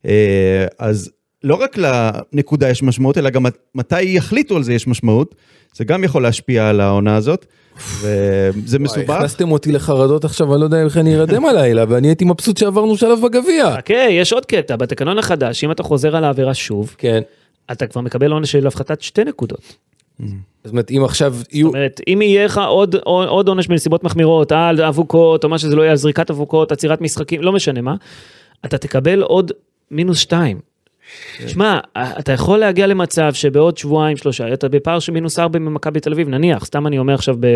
Speaker 3: אה, אז לא רק לנקודה יש משמעות, אלא גם מתי יחליטו על זה יש משמעות, זה גם יכול להשפיע על העונה הזאת, וזה
Speaker 4: וואי,
Speaker 3: מסובך.
Speaker 4: הכנסתם אותי לחרדות עכשיו, אני לא יודע איך אני ארדם הלילה, ואני הייתי מבסוט שעברנו שלב בגביע.
Speaker 2: חכה, יש עוד קטע, בתקנון החדש, אם אתה חוזר על העבירה שוב,
Speaker 4: כן.
Speaker 2: אתה כבר מקבל עונש של הפחתת שתי נקודות.
Speaker 4: זאת אומרת, אם עכשיו יהיו...
Speaker 2: זאת אומרת, אם יהיה לך עוד, עוד, עוד עונש בנסיבות מחמירות, אה, על אבוקות, או מה שזה לא יהיה, על זריקת אבוקות, עצירת משחקים, לא משנה מה, אתה תקבל עוד מינוס שתיים. שמע, אה, אתה יכול להגיע למצב שבעוד שבועיים, שלושה, אתה בפער של מינוס ארבע ממכבי תל אביב, נניח, סתם אני אומר עכשיו ב...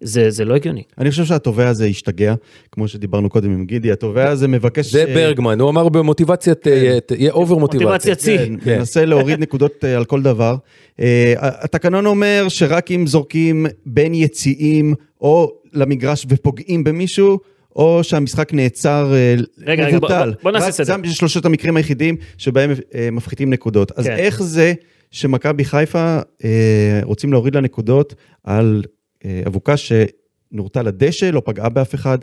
Speaker 2: זה, זה לא הגיוני.
Speaker 3: אני חושב שהתובע הזה השתגע, כמו שדיברנו קודם עם גידי, התובע הזה מבקש...
Speaker 4: זה
Speaker 3: אה,
Speaker 4: ברגמן, הוא אמר במוטיבציית, אה, ת- יהיה אובר מוטיבציה.
Speaker 2: כן. מוטיבציית שיא.
Speaker 3: כן,
Speaker 4: כן.
Speaker 3: מנסה להוריד נקודות אה, על כל דבר. אה, התקנון אומר שרק אם זורקים בין יציאים או למגרש ופוגעים במישהו, או שהמשחק נעצר, אה,
Speaker 2: רגע, רגע, בוא-
Speaker 3: מבוטל.
Speaker 2: בוא- בוא נעשה
Speaker 3: רק
Speaker 2: סדר.
Speaker 3: זה שלושת המקרים היחידים שבהם אה, מפחיתים נקודות. אז
Speaker 2: כן.
Speaker 3: איך זה שמכבי חיפה אה, רוצים להוריד לה נקודות על אה, אבוקה שנורתה לדשא, לא פגעה באף אחד?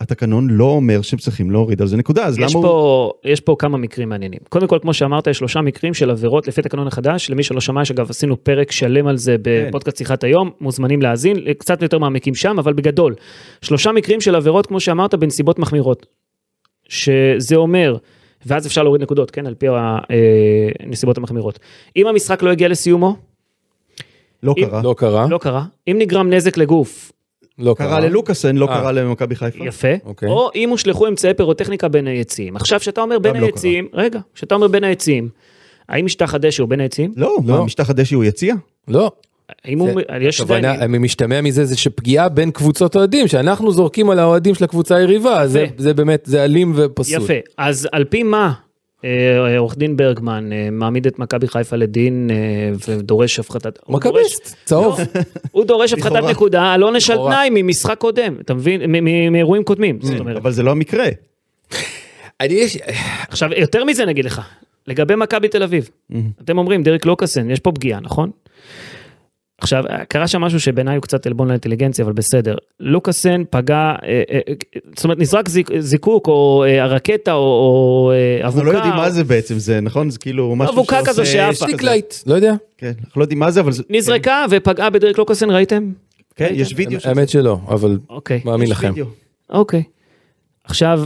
Speaker 3: התקנון לא אומר שהם צריכים להוריד על זה נקודה, אז למה
Speaker 2: יש
Speaker 3: הוא...
Speaker 2: פה, יש פה כמה מקרים מעניינים. קודם כל, כמו שאמרת, יש שלושה מקרים של עבירות לפי התקנון החדש. למי שלא שמע, יש אגב, עשינו פרק שלם על זה
Speaker 3: כן.
Speaker 2: בפודקאסט שיחת היום, מוזמנים להאזין, קצת יותר מעמיקים שם, אבל בגדול, שלושה מקרים של עבירות, כמו שאמרת, בנסיבות מחמירות. שזה אומר, ואז אפשר להוריד נקודות, כן, על פי הנסיבות המחמירות. אם המשחק לא הגיע לסיומו,
Speaker 3: לא
Speaker 2: אם-
Speaker 3: קרה.
Speaker 4: לא קרה,
Speaker 2: לא קרה. אם נגרם נזק לגוף,
Speaker 4: לא קרה.
Speaker 3: קרה ללוקאסן, לא
Speaker 4: אה.
Speaker 3: קרה למכבי חיפה.
Speaker 2: יפה,
Speaker 4: אוקיי.
Speaker 2: או אם הושלכו אמצעי פירוטכניקה בין היציעים. עכשיו, כשאתה אומר בין
Speaker 3: גם לא
Speaker 2: היציעים, רגע, כשאתה אומר בין היציעים, האם משטח הדשא הוא בין היציעים?
Speaker 3: לא,
Speaker 4: לא.
Speaker 3: מה, משטחת דשא הוא יציע?
Speaker 4: לא.
Speaker 2: האם הוא, יש
Speaker 4: הכוונה,
Speaker 2: עדיין-
Speaker 4: משתמע מזה זה שפגיעה בין קבוצות אוהדים, שאנחנו זורקים על האוהדים של הקבוצה היריבה, זה-
Speaker 2: יפה.
Speaker 4: זה באמת, זה אלים ופסול.
Speaker 2: יפה, אז על פי מה אה, עורך דין ברגמן אה, מעמיד את מכבי חיפה לדין אה, ודורש הפחתת... הוא דורש- לא.
Speaker 4: מכביסט, צהוב.
Speaker 2: הוא דורש הפחתת
Speaker 3: לכאורה. Mm.
Speaker 2: נקודה על עונש על
Speaker 4: לכאורה.
Speaker 2: תנאי ממשחק קודם, אתה מבין? מ- מ- מאירועים
Speaker 3: כן,
Speaker 2: קודמים, זאת אומרת.
Speaker 3: אבל זה לא המקרה.
Speaker 4: אני יש...
Speaker 2: עכשיו, יותר מזה נגיד לך, לגבי מכבי תל אביב, אתם אומרים, דרק לוקאסן, יש פה פגיעה, נכון? עכשיו, קרה שם משהו שבעיניי הוא קצת עלבון לאינטליגנציה, אבל בסדר. לוקאסן פגע, אה, אה, זאת אומרת, נזרק זיק, זיקוק, או אה, הרקטה, או, או אה, אבוקה.
Speaker 3: אנחנו לא יודעים
Speaker 2: או-
Speaker 3: מה זה בעצם, זה נכון? זה כאילו משהו
Speaker 2: אבוקה כזה שעפה.
Speaker 3: כזה.
Speaker 4: שטיק לייט, לא יודע.
Speaker 3: כן, אנחנו לא יודעים מה זה, אבל... זה-
Speaker 2: נזרקה ופגעה בדרק לוקאסן, ראיתם?
Speaker 3: כן, יש וידאו של זה.
Speaker 4: האמת שלא, אבל
Speaker 2: אוקיי.
Speaker 4: מאמין
Speaker 3: יש
Speaker 4: לכם.
Speaker 3: וידאו.
Speaker 2: אוקיי. עכשיו,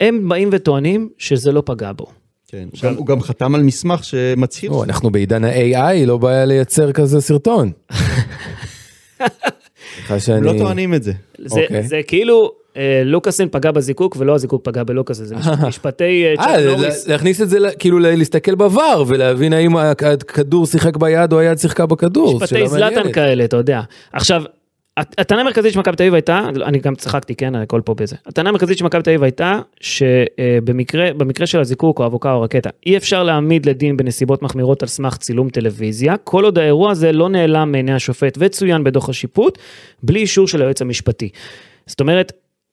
Speaker 2: הם באים וטוענים שזה לא פגע בו.
Speaker 3: כן, הוא גם- הוא גם חתם על מסמך שמצהיר.
Speaker 4: או, אנחנו בעידן ה-AI, לא בעיה לייצר כזה סרטון. סליחה שאני...
Speaker 3: הם לא טוענים את זה.
Speaker 2: זה,
Speaker 4: אוקיי.
Speaker 2: זה כאילו אה, לוקאסן פגע בזיקוק ולא הזיקוק פגע בלוקאסן, זה מש- משפטי אה,
Speaker 4: אה,
Speaker 2: צ'אק
Speaker 3: לא
Speaker 4: ל-
Speaker 2: נוריס.
Speaker 4: ל- להכניס את זה, ל- כאילו ל- להסתכל בVAR ולהבין האם הכ- הכדור שיחק ביד או היד שיחקה בכדור. לא
Speaker 2: משפטי
Speaker 4: שאלה מעניינת.
Speaker 2: זלאטן כאלה, אתה יודע. עכשיו, הט- הטענה המרכזית של מכבי תל אביב הייתה, אני גם צחקתי, כן, הכל פה בזה. הטענה המרכזית של מכבי תל אביב הייתה, שבמקרה במקרה של הזיקוק או אבוקה או רקטה, אי אפשר להעמיד לדין בנסיבות מחמירות על סמך צילום טלוויזיה, כל עוד האירוע הזה לא נעלם מעיני השופט וצוין בדוח השיפוט, בלי אישור של היועץ המשפטי. זאת אומרת,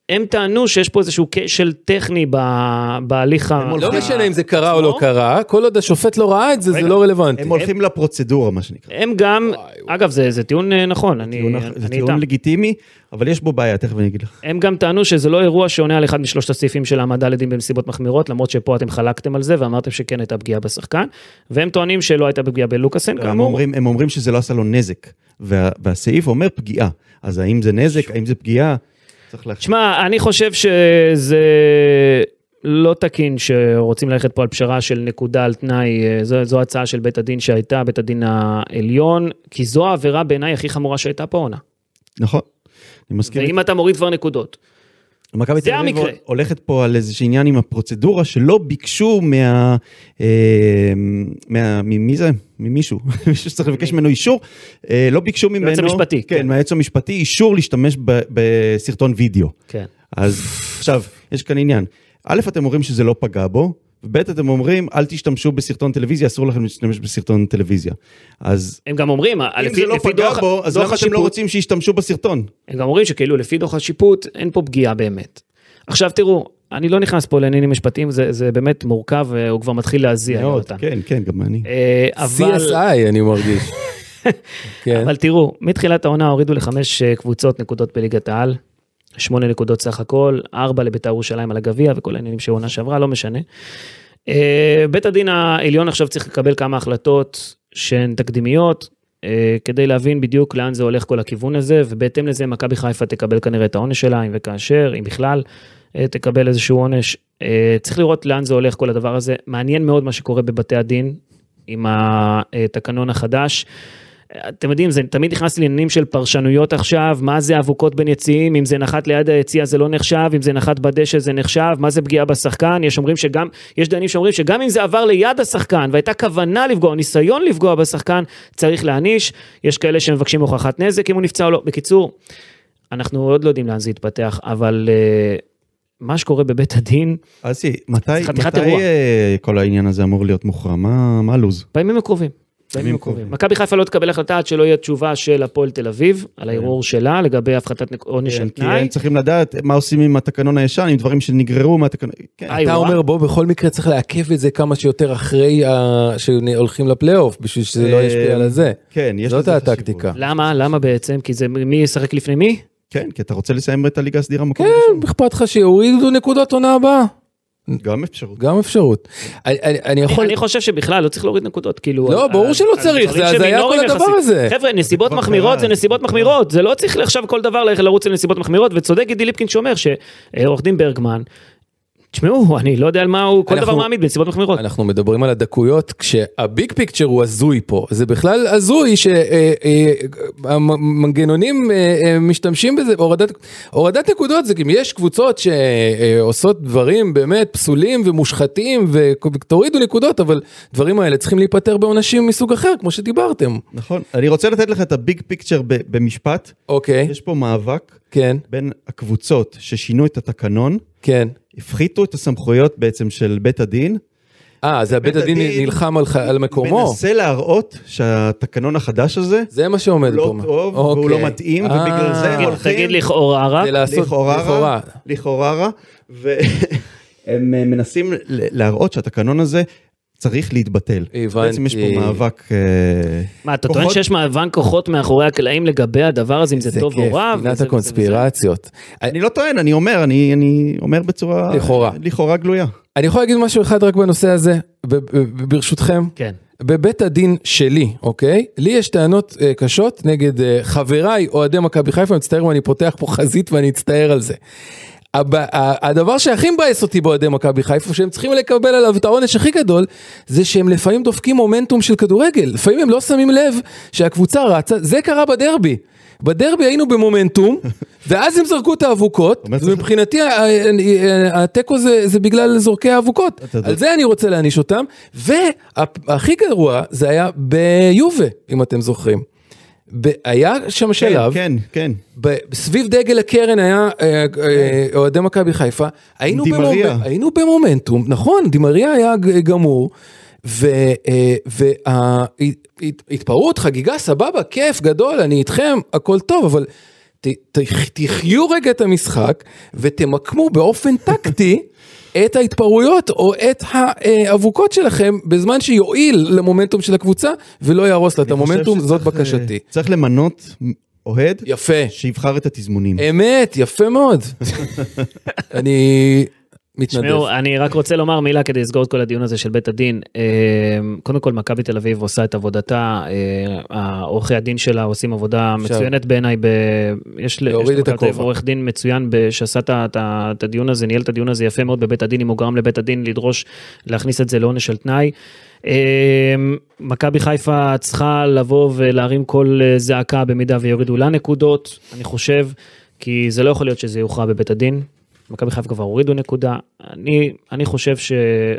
Speaker 2: הם טענו שיש פה איזשהו כשל טכני ב- בהליך ה...
Speaker 4: לא
Speaker 3: הולכים-
Speaker 4: משנה אם זה קרה או לא
Speaker 2: עצמו?
Speaker 4: קרה, כל עוד השופט לא ראה את זה, זה
Speaker 2: רגע,
Speaker 4: לא רלוונטי.
Speaker 3: הם הולכים לפרוצדורה, מה שנקרא.
Speaker 2: הם גם, אגב זה זה טיעון אה, נכון, אה, אני
Speaker 3: טיעון-
Speaker 2: אני
Speaker 3: זה
Speaker 2: איתם. כן,
Speaker 3: טיעון לגיטימי, אבל יש בו בעיה, תכף אני אגיד לך.
Speaker 2: הם גם טענו שזה לא אירוע שעונה על אחד משלושת הסעיפים של העמדה לדין בנסיבות מחמירות, למרות שפה אתם חלקתם על זה ואמרתם שכן הייתה פגיעה בשחקן, והם טוענים שלא הייתה פגיעה בלוקאסן,
Speaker 3: הם
Speaker 2: כאמור.
Speaker 3: אומרים, הם אומרים שזה לא עשה לו נזק, וה, והסעיף אומר פגיעה. אז האם זה נזק, האם זה פגיעה? צריך להחשיב.
Speaker 2: שמע, אני חושב שזה לא תקין שרוצים ללכת פה על פשרה של נקודה על תנאי, אה, זו, זו הצעה של בית הדין שהייתה, בית הדין העליון, כי זו העבירה בעיניי הכי חמורה שהייתה פה עונה.
Speaker 3: נכון. אני מסכים.
Speaker 2: ואם אתה מוריד כבר נקודות.
Speaker 3: מכבי
Speaker 2: זה
Speaker 3: תל אביב
Speaker 2: המקרה.
Speaker 3: הולכת פה על איזה עניין עם הפרוצדורה שלא ביקשו מה... אה, מה ממי זה? ממישהו, מישהו שצריך לבקש ממנו אישור, אה, לא ביקשו ממנו...
Speaker 2: המשפטי, כן.
Speaker 3: כן, מהיועץ המשפטי, אישור להשתמש ב- בסרטון וידאו.
Speaker 2: כן.
Speaker 3: אז עכשיו, יש כאן עניין. א', אתם אומרים שזה לא פגע בו, וב', אתם אומרים, אל תשתמשו בסרטון טלוויזיה, אסור לכם להשתמש בסרטון טלוויזיה. אז
Speaker 2: הם גם אומרים, אה,
Speaker 3: אם
Speaker 2: לפי,
Speaker 3: זה לא
Speaker 2: לפי
Speaker 3: פגע
Speaker 2: דוח,
Speaker 3: בו, אז
Speaker 2: דוח
Speaker 3: למה אתם
Speaker 2: השיפוט,
Speaker 3: לא רוצים שישתמשו בסרטון?
Speaker 2: הם גם אומרים שכאילו לפי דוח השיפוט אין פה פגיעה באמת. עכשיו תראו, אני לא נכנס פה לעניינים משפטיים, זה, זה באמת מורכב, אה, הוא כבר מתחיל להזיע.
Speaker 3: מאוד,
Speaker 2: יונתן.
Speaker 3: כן, כן, גם אני.
Speaker 2: אה, אבל,
Speaker 4: CSI אני מרגיש. כן.
Speaker 2: אבל תראו, מתחילת העונה הורידו לחמש אה, קבוצות נקודות בליגת העל, שמונה נקודות סך הכל, ארבע לביתר ירושלים על הגביע וכל העניינים של עונה שעברה, לא משנה. אה, בית הדין העליון עכשיו צריך לקבל כמה החלטות שהן תקדימיות, אה, כדי להבין בדיוק לאן זה הולך כל הכיוון הזה, ובהתאם לזה מכבי חיפה תקבל כנראה את העונש שלה, אם וכאשר, אם בכלל, אה, תקבל איזשהו עונש. אה, צריך לראות לאן זה הולך כל הדבר הזה. מעניין מאוד מה שקורה בבתי הדין עם התקנון החדש. אתם יודעים, זה תמיד נכנס לעניינים של פרשנויות עכשיו, מה זה אבוקות בין יציעים, אם זה נחת ליד היציע זה לא נחשב, אם זה נחת בדשא זה נחשב, מה זה פגיעה בשחקן, יש אומרים שגם, יש דיינים שאומרים שגם אם זה עבר ליד השחקן והייתה כוונה לפגוע, או ניסיון לפגוע בשחקן, צריך להעניש, יש כאלה שמבקשים הוכחת נזק אם הוא נפצע או לא. בקיצור, אנחנו עוד לא יודעים לאן זה יתפתח, אבל אה, מה שקורה בבית הדין,
Speaker 3: אסי, מתי
Speaker 2: חתיכת
Speaker 3: מתי,
Speaker 2: אירוע.
Speaker 3: אה, כל העניין הזה אמור להיות מוכרע? מה מה
Speaker 4: כן,
Speaker 3: הלו"ז?
Speaker 2: בימים הקרובים. בימים
Speaker 3: בימים
Speaker 2: הקרובים.
Speaker 3: הקרובים.
Speaker 2: מכבי חיפה לא תקבל החלטה עד שלא יהיה תשובה של הפועל תל אביב
Speaker 4: כן.
Speaker 2: על הערעור שלה לגבי הפחתת נק- עונש על
Speaker 3: כי הם
Speaker 2: תנאי.
Speaker 3: צריכים לדעת מה עושים עם התקנון הישן, עם דברים שנגררו מהתקנון. כן,
Speaker 2: איי,
Speaker 4: אתה
Speaker 2: וואו.
Speaker 4: אומר בוא בכל מקרה צריך לעכב את זה כמה שיותר אחרי ה- שהולכים לפלייאוף בשביל שזה לא
Speaker 3: אה,
Speaker 4: ישפיע על זה.
Speaker 3: כן, יש
Speaker 4: זאת
Speaker 3: לזה חשיבות.
Speaker 4: הטקטיקה.
Speaker 2: למה? למה בעצם? כי זה מי ישחק לפני מי?
Speaker 3: כן, כי אתה רוצה לסיים את הליגה הסדירה מקום
Speaker 4: כן, אכפת לך שיורידו נקודות עונה הבאה.
Speaker 3: ראשון. גם אפשרות.
Speaker 4: גם אפשרות. אני- אני אני יכול...
Speaker 2: אני חושב שבכלל לא צריך להוריד נקודות, כאילו...
Speaker 4: לא,
Speaker 2: על-
Speaker 4: ברור
Speaker 2: על-
Speaker 4: שלא
Speaker 2: על
Speaker 4: צריך,
Speaker 2: דברים
Speaker 4: זה הזיה
Speaker 2: שמינוריים
Speaker 4: כל הדבר
Speaker 2: יחסית.
Speaker 4: הזה.
Speaker 2: חבר'ה, נסיבות
Speaker 3: כבר
Speaker 2: מחמירות
Speaker 3: קרה,
Speaker 2: זה
Speaker 3: זה
Speaker 2: נסיבות
Speaker 3: כבר
Speaker 2: מחמירות, זה לא צריך עכשיו כל דבר ללכת לרוץ לנסיבות מחמירות, וצודק גידי ליפקין שאומר שעורך דין ברגמן, תשמעו, אני לא יודע על מה הוא, כל
Speaker 4: אנחנו-
Speaker 2: דבר מעמיד בנסיבות מחמירות.
Speaker 4: אנחנו מדברים על הדקויות כשהביג פיקצ'ר הוא הזוי פה זה בכלל הזוי אה, שהמנגנונים אה, משתמשים בזה הורדת הורדת נקודות זה גם יש קבוצות שעושות דברים באמת פסולים ומושחתים ותורידו נקודות אבל דברים האלה צריכים להיפתר בעונשים מסוג אחר כמו שדיברתם
Speaker 3: נכון. אני רוצה לתת לך את הביג פיקצ'ר ב- במשפט.
Speaker 4: אוקיי
Speaker 3: יש פה מאבק
Speaker 4: כן
Speaker 3: בין הקבוצות ששינו את התקנון,
Speaker 4: כן
Speaker 3: הפחיתו את הסמכויות בעצם של בית הדין.
Speaker 4: אה אז הבית
Speaker 3: בית
Speaker 4: הדין
Speaker 3: הדין
Speaker 4: נלחם על ח- על מקומו
Speaker 3: מנסה להראות שהתקנון החדש הזה
Speaker 4: זה מה שעומד פה
Speaker 3: הוא לא טוב והוא
Speaker 4: אוקיי.
Speaker 3: לא מתאים,
Speaker 4: אה,
Speaker 3: ובגלל זה הם
Speaker 2: תגיד-
Speaker 3: הולכים-
Speaker 2: תגיד אה, לכאורה רק,
Speaker 4: זה לעשות
Speaker 3: לכאורה
Speaker 4: לכאורה.
Speaker 3: רע, לכאורה רע, והם אה, מנסים ל- להראות שהתקנון הזה צריך להתבטל.
Speaker 4: הבנתי.
Speaker 3: בעצם יש פה מאבק... אה,
Speaker 2: מה, אתה טוען
Speaker 4: כוחות-
Speaker 2: שיש מאבן כוחות מאחורי הקלעים לגבי הדבר הזה, אם זה
Speaker 4: איזה
Speaker 2: טוב או
Speaker 4: כיף,
Speaker 2: רע?
Speaker 4: פינת
Speaker 2: וזה-
Speaker 4: הקונספירציות.
Speaker 3: אני לא טוען, אני אומר, אני, אני אומר בצורה...
Speaker 4: לכאורה.
Speaker 3: לכאורה גלויה.
Speaker 4: אני יכול להגיד משהו אחד רק בנושא הזה, ב- ב- ב- ברשותכם.
Speaker 2: וזה- כן.
Speaker 4: בבית הדין שלי, אוקיי? לי יש טענות אה, קשות נגד אה, חבריי אוהדי מכבי חיפה, אני מצטער אם אני פותח פה חזית ואני אצטער על זה. הב... ה- הדבר שהכי מבאס אותי באוהדי מכבי חיפה, שהם צריכים לקבל עליו את העונש הכי גדול, זה שהם לפעמים דופקים מומנטום של כדורגל. לפעמים הם לא שמים לב שהקבוצה רצה, זה קרה בדרבי. בדרבי היינו במומנטום, ואז הם זרקו את האבוקות,
Speaker 3: אומר, צריך-
Speaker 4: ומבחינתי ה- ה- ה- אה, התיקו זה, זה בגלל זורקי האבוקות.
Speaker 3: אתה יודע-
Speaker 4: על זה אני רוצה להעניש אותם, והכי גרוע זה היה ביובה, אם אתם זוכרים. ב- היה שם שלב,
Speaker 3: כן, כן,
Speaker 4: ב- סביב דגל הקרן היה אה, אה, אוהדי מכבי חיפה, היינו,
Speaker 3: דימריה.
Speaker 4: במומנ- היינו במומנטום, נכון, דימריה היה ג- גמור, אה, וההתפרעות, חגיגה, סבבה, כיף, גדול, אני איתכם, הכל טוב, אבל ת, ת, תחיו רגע את המשחק ותמקמו באופן טקטי. את ההתפרעויות או את האבוקות שלכם בזמן שיועיל למומנטום של הקבוצה ולא יהרוס לה את
Speaker 3: אני חושב
Speaker 4: המומנטום, זאת
Speaker 3: שצריך, אה,
Speaker 4: בקשתי.
Speaker 3: צריך למנות אוהד
Speaker 4: יפה.
Speaker 3: שיבחר את התזמונים.
Speaker 4: אמת, יפה מאוד. אני מתנדב.
Speaker 2: תשמעו, אני רק רוצה לומר מילה כדי לסגור את כל הדיון הזה של בית הדין. אה, קודם כל, מכבי תל אביב עושה את עבודתה, אה, עורכי הדין שלה עושים עבודה
Speaker 4: אפשר.
Speaker 2: מצוינת בעיניי. ב- יש ל-
Speaker 4: להוריד
Speaker 2: יש
Speaker 4: את
Speaker 2: למכבי תל אביב
Speaker 4: הכובע.
Speaker 2: עורך דין מצוין ב- שעשה את ה- את ה- את הדיון הזה, ניהל את הדיון הזה יפה מאוד בבית הדין, אם הוא גרם לבית הדין לדרוש להכניס את זה לעונש על תנאי. אה, מכבי חיפה צריכה לבוא ולהרים קול אה, זעקה במידה ויורידו לה נקודות, אני חושב, כי זה לא יכול להיות שזה יוכרע בבית הדין. מכבי חיפה כבר הורידו נקודה. אני, אני חושב ש...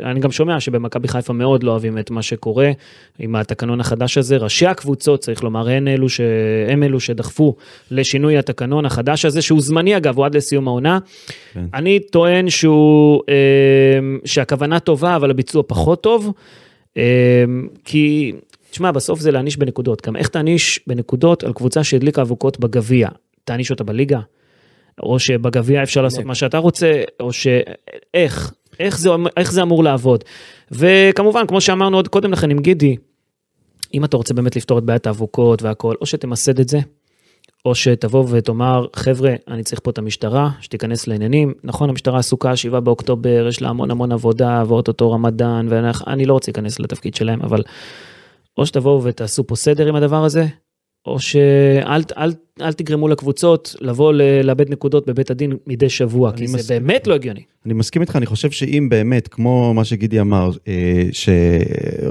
Speaker 2: אני גם שומע שבמכבי חיפה מאוד לא אוהבים את מה שקורה עם התקנון החדש הזה. ראשי הקבוצות, צריך לומר, הם אלו, ש... הם אלו שדחפו לשינוי התקנון החדש הזה, שהוא זמני אגב, הוא עד לסיום העונה. כן. אני טוען שהוא... אה, שהכוונה טובה, אבל הביצוע פחות טוב. אה, כי, תשמע, בסוף זה להעניש בנקודות. גם איך תעניש בנקודות על קבוצה שהדליקה אבוקות בגביע? תעניש אותה בליגה? או שבגביע אפשר לעשות מה שאתה רוצה, או ש... איך? איך זה, איך זה אמור לעבוד? וכמובן, כמו שאמרנו עוד קודם לכן עם גידי, אם אתה רוצה באמת לפתור את בעיית האבוקות והכל, או שתמסד את זה, או שתבוא ותאמר, חבר'ה, אני צריך פה את המשטרה, שתיכנס לעניינים. נכון, המשטרה עסוקה, 7 באוקטובר, יש לה המון המון עבודה, ואו-טו-טו רמדאן, ואני לא רוצה להיכנס לתפקיד שלהם, אבל או שתבואו ותעשו פה סדר עם הדבר הזה, או שאל אל, אל תגרמו לקבוצות לבוא ל- לאבד נקודות בבית הדין מדי שבוע,
Speaker 3: אני
Speaker 2: כי זה
Speaker 3: מסכים.
Speaker 2: באמת לא הגיוני.
Speaker 3: אני מסכים איתך, אני חושב שאם באמת, כמו מה שגידי אמר, אה, ש... אה,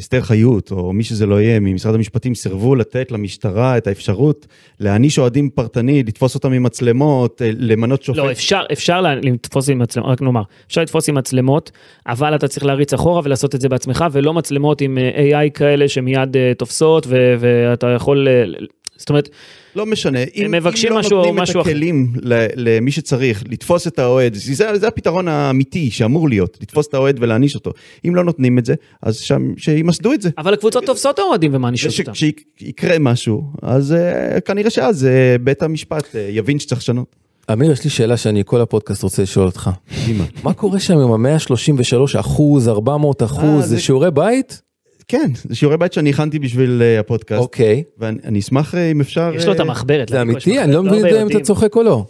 Speaker 3: אסתר חיות, או מי שזה לא יהיה, ממשרד המשפטים, סירבו לתת למשטרה את האפשרות להעניש אוהדים פרטני, לתפוס אותם עם מצלמות, אה, למנות שופט.
Speaker 2: לא, אפשר, אפשר לה- לתפוס עם מצלמות, רק נאמר, אפשר לתפוס עם מצלמות, אבל אתה צריך להריץ אחורה ולעשות את זה בעצמך, ולא מצלמות עם אה, AI כאלה שמיד אה, תופסות, ו- ואתה יכול... אה, ל- זאת אומרת,
Speaker 3: לא משנה, אם,
Speaker 2: מבקשים
Speaker 3: אם לא
Speaker 2: משהו-
Speaker 3: נותנים
Speaker 2: משהו
Speaker 3: את
Speaker 2: אחר.
Speaker 3: הכלים ל, למי שצריך לתפוס את האוהד, זה, זה הפתרון האמיתי שאמור להיות, לתפוס את האוהד ולהעניש אותו. אם לא נותנים את זה, אז שם, שימסדו את זה.
Speaker 2: אבל הקבוצות תופסות את האוהדים ומענישות אותם.
Speaker 3: כשיקרה משהו, אז אה, כנראה שאז אה, בית המשפט אה, יבין שצריך לשנות.
Speaker 4: אמיר, יש לי שאלה שאני כל הפודקאסט רוצה לשאול אותך.
Speaker 3: אימא.
Speaker 4: מה קורה שם עם ה-133 אחוז, 400
Speaker 3: אה,
Speaker 4: אחוז,
Speaker 3: זה-
Speaker 4: זה שיעורי בית?
Speaker 3: כן, זה שיעורי בית שאני הכנתי בשביל אה, הפודקאסט,
Speaker 4: אוקיי.
Speaker 3: ואני אני אשמח אה, אם אפשר...
Speaker 2: יש לו את
Speaker 3: אה,
Speaker 2: המחברת.
Speaker 4: זה
Speaker 2: להם יש
Speaker 4: אמיתי?
Speaker 2: מחברת,
Speaker 4: אני לא מבין
Speaker 2: הרבה
Speaker 4: אם אתה
Speaker 2: יודעים.
Speaker 4: צוחק או לא.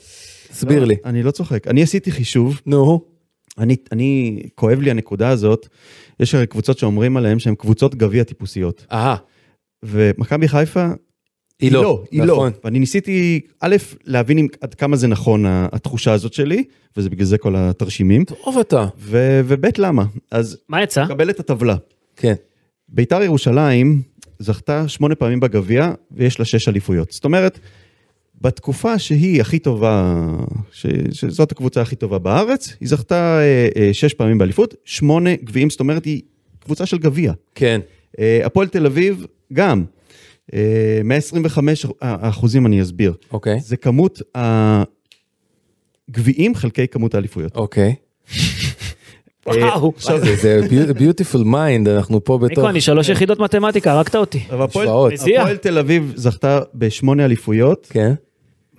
Speaker 4: תסביר לי.
Speaker 3: אני לא צוחק, אני עשיתי חישוב,
Speaker 4: נו.
Speaker 3: אני, אני, כואב לי הנקודה הזאת, יש הרי קבוצות שאומרים עליהן שהן קבוצות גביע טיפוסיות.
Speaker 4: אהה,
Speaker 3: ומכבי חיפה
Speaker 4: היא לא.
Speaker 3: לא, היא לא.
Speaker 4: נכון.
Speaker 3: ואני ניסיתי, א', להבין אם- עד כמה זה נכון ה- התחושה הזאת שלי, וזה בגלל זה כל התרשימים,
Speaker 4: טוב אתה.
Speaker 3: ו- וב', למה. אז
Speaker 2: מה יצא?
Speaker 3: קבל את הטבלה.
Speaker 4: כן.
Speaker 3: ביתר ירושלים זכתה שמונה פעמים בגביע, ויש לה שש אליפויות. זאת אומרת, בתקופה שהיא הכי טובה, ש, שזאת הקבוצה הכי טובה בארץ, היא זכתה אה, אה, שש פעמים באליפות, שמונה גביעים, זאת אומרת, היא קבוצה של גביע.
Speaker 4: כן.
Speaker 3: אה, הפועל תל אביב, גם. אה, 125 אה, אחוזים, אני אסביר.
Speaker 4: אוקיי.
Speaker 3: זה כמות הגביעים חלקי כמות האליפויות.
Speaker 4: אוקיי.
Speaker 2: וואו,
Speaker 4: עכשיו זה ביוטיפול מיינד, אנחנו פה בתוך...
Speaker 2: ניקו, אני שלוש יחידות מתמטיקה, הרגת אותי.
Speaker 3: אבל הפועל-
Speaker 4: השוואות.
Speaker 3: הפועל תל אביב זכתה בשמונה אליפויות
Speaker 4: כן.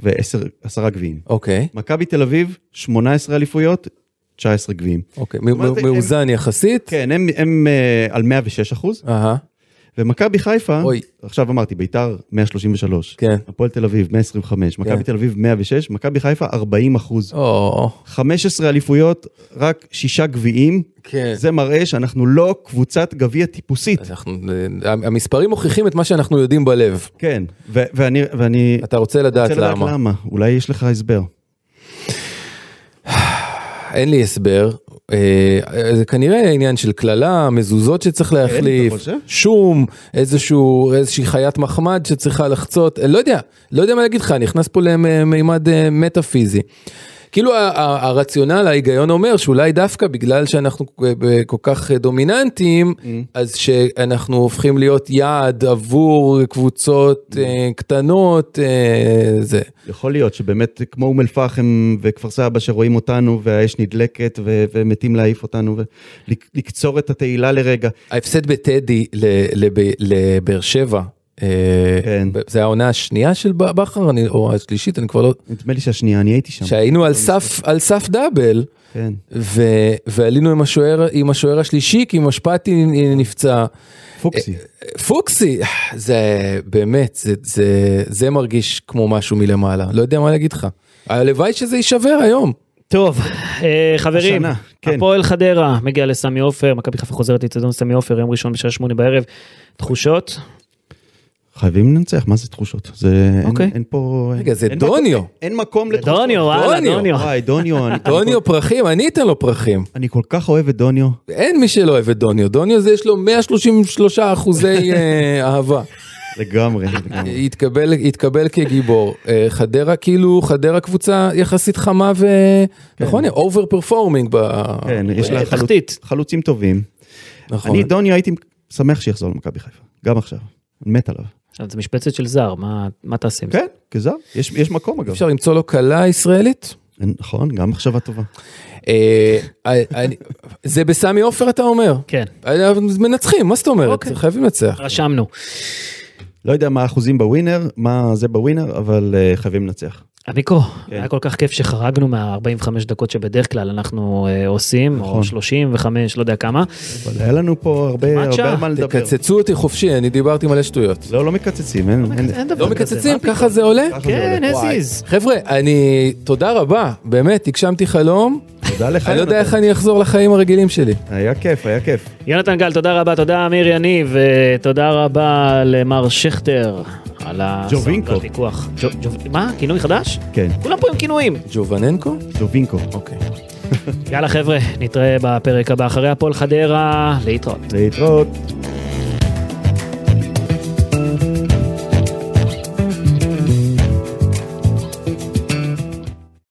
Speaker 3: ועשרה גביעים.
Speaker 4: אוקיי.
Speaker 3: מכבי תל אביב, 18 אליפויות, 19 גביעים.
Speaker 4: אוקיי, מ-
Speaker 3: אומרת,
Speaker 4: מ- מאוזן יחסית.
Speaker 3: כן, אה? הם, הם אה, על 106 אחוז,
Speaker 4: אהה,
Speaker 3: ומכבי חיפה,
Speaker 4: אוי.
Speaker 3: עכשיו אמרתי, ביתר 133,
Speaker 4: כן.
Speaker 3: הפועל תל אביב 125, מכבי
Speaker 4: כן.
Speaker 3: תל אביב 106, מכבי חיפה 40 אחוז.
Speaker 4: או,
Speaker 3: 15 אליפויות, רק שישה גביעים,
Speaker 4: כן.
Speaker 3: זה מראה שאנחנו לא קבוצת גביע טיפוסית.
Speaker 4: אנחנו- אה, המספרים מוכיחים את מה שאנחנו יודעים בלב.
Speaker 3: כן, ו- ואני, ואני
Speaker 4: אתה רוצה לדעת
Speaker 3: רוצה לדעת
Speaker 4: למה.
Speaker 3: למה, אולי יש לך הסבר.
Speaker 4: אין לי הסבר. אה, זה כנראה עניין של קללה, מזוזות שצריך להחליף,
Speaker 3: חושב?
Speaker 4: שום, איזשהו, איזושהי חיית מחמד שצריכה לחצות, אה, לא יודע, לא יודע מה להגיד לך, נכנס פה למימד אה, מטאפיזי. כאילו ה- ה- הרציונל, ההיגיון אומר שאולי דווקא בגלל שאנחנו אה, ב- כל כך אה, דומיננטיים, אז שאנחנו הופכים להיות יעד עבור קבוצות אה, קטנות, אה, זה.
Speaker 3: יכול להיות שבאמת כמו אום אל-פחם וכפר סבא שרואים אותנו והאש נדלקת ו- ומתים להעיף אותנו ולקצור את התהילה לרגע.
Speaker 4: ההפסד בטדי ל- לב- לבאר שבע, אה,
Speaker 3: כן.
Speaker 4: ב- זה העונה השנייה של ב- בכר אני- או השלישית, אני כבר לא...
Speaker 3: נדמה לי שהשנייה, אני הייתי שם.
Speaker 4: שהיינו על סף, על סף דאבל,
Speaker 3: כן.
Speaker 4: ו- ועלינו עם השוער, עם השוער השלישי, כי משפטי נפצע.
Speaker 3: פוקסי.
Speaker 4: פוקסי, זה באמת, זה, זה, זה מרגיש כמו משהו מלמעלה, לא יודע מה להגיד לך. הלוואי שזה יישבר היום.
Speaker 2: טוב, אה, חברים,
Speaker 3: השנה, כן.
Speaker 2: הפועל חדרה מגיע לסמי עופר, מכבי חיפה חוזרת לאצטדיון סמי עופר, יום ראשון בשעה שמונה בערב. תחושות?
Speaker 3: חייבים לנצח, מה זה תחושות? זה... אין-
Speaker 2: אוקיי.
Speaker 3: אין פה...
Speaker 4: רגע, זה
Speaker 3: אין מקום-
Speaker 4: דוניו.
Speaker 3: אין מקום לתחושות.
Speaker 2: דוניו, וואלה,
Speaker 4: דוניו.
Speaker 2: דוניו.
Speaker 3: וואי, דוניו. אני-
Speaker 4: דוניו פרחים, אני אתן לו פרחים.
Speaker 3: אני כל כך אוהב את דוניו.
Speaker 4: אין מי שלא אוהב את דוניו, דוניו זה יש לו 133 אחוזי אה, אהבה.
Speaker 3: לגמרי.
Speaker 4: אה,
Speaker 3: לגמרי.
Speaker 4: התקבל, התקבל כגיבור. אה, חדרה כאילו, חדרה קבוצה יחסית חמה ו... נכון, אובר פרפורמינג ב...
Speaker 3: כן, יש לה
Speaker 2: אה,
Speaker 3: חלוצ-
Speaker 2: תחתית.
Speaker 3: חלוצים טובים.
Speaker 4: נכון.
Speaker 3: אני דוניו הייתי שמח שיחזור למכבי חיפה. גם עכשיו. אני מת עליו.
Speaker 2: עכשיו, זה משבצת של זר, מה- מה תעשה עם זה?
Speaker 3: כן, כזר. יש יש מקום אגב.
Speaker 4: אפשר למצוא לו כלה ישראלית?
Speaker 3: נכון, גם מחשבה טובה.
Speaker 4: אה, אה, אני- זה בסמי עופר אתה אומר?
Speaker 2: כן,
Speaker 4: אה, מנצחים, מה זאת אומרת?
Speaker 2: אוקיי.
Speaker 4: חייבים לנצח.
Speaker 2: רשמנו.
Speaker 3: לא יודע מה האחוזים בווינר, מה זה בווינר, אבל אה, חייבים לנצח.
Speaker 2: עמיקו,
Speaker 3: כן.
Speaker 2: היה כל כך כיף שחרגנו מה-45 דקות שבדרך כלל אנחנו אה, עושים, או
Speaker 3: נכון.
Speaker 2: 35, לא יודע כמה.
Speaker 3: אבל היה לנו פה הרבה
Speaker 2: כמעט
Speaker 3: הרבה
Speaker 2: שעה.
Speaker 3: על מה לדבר.
Speaker 4: תקצצו אותי חופשי, אני דיברתי מלא שטויות.
Speaker 3: לא, לא מקצצים, אין... אין-
Speaker 2: אין דבר
Speaker 4: לא
Speaker 2: כזה,
Speaker 4: מקצצים,
Speaker 2: מה פתאום?
Speaker 4: ככה זה עולה?
Speaker 3: ככה זה
Speaker 2: כן,
Speaker 3: הולך.
Speaker 2: as
Speaker 4: וואי.
Speaker 2: is.
Speaker 4: חבר'ה, אני... תודה רבה, באמת, הגשמתי חלום.
Speaker 3: תודה לך.
Speaker 4: אני לא יודע
Speaker 3: יונתן.
Speaker 4: איך אני אחזור לחיים הרגילים שלי.
Speaker 3: היה כיף, היה כיף.
Speaker 2: יונתן גל, תודה רבה, תודה אמיר יניב, ותודה רבה למר שכטר על ה...
Speaker 3: ג'ובינקו.
Speaker 2: והפיקוח. ג'ו- ג'ו- מה? כינוי חדש?
Speaker 3: כן,
Speaker 2: כולם פה עם כינויים.
Speaker 4: ג'ובננקו?
Speaker 3: דובינקו.
Speaker 4: אוקיי.
Speaker 2: יאללה חבר'ה, נתראה בפרק הבא אחרי הפועל חדרה, להתראות.
Speaker 3: להתראות.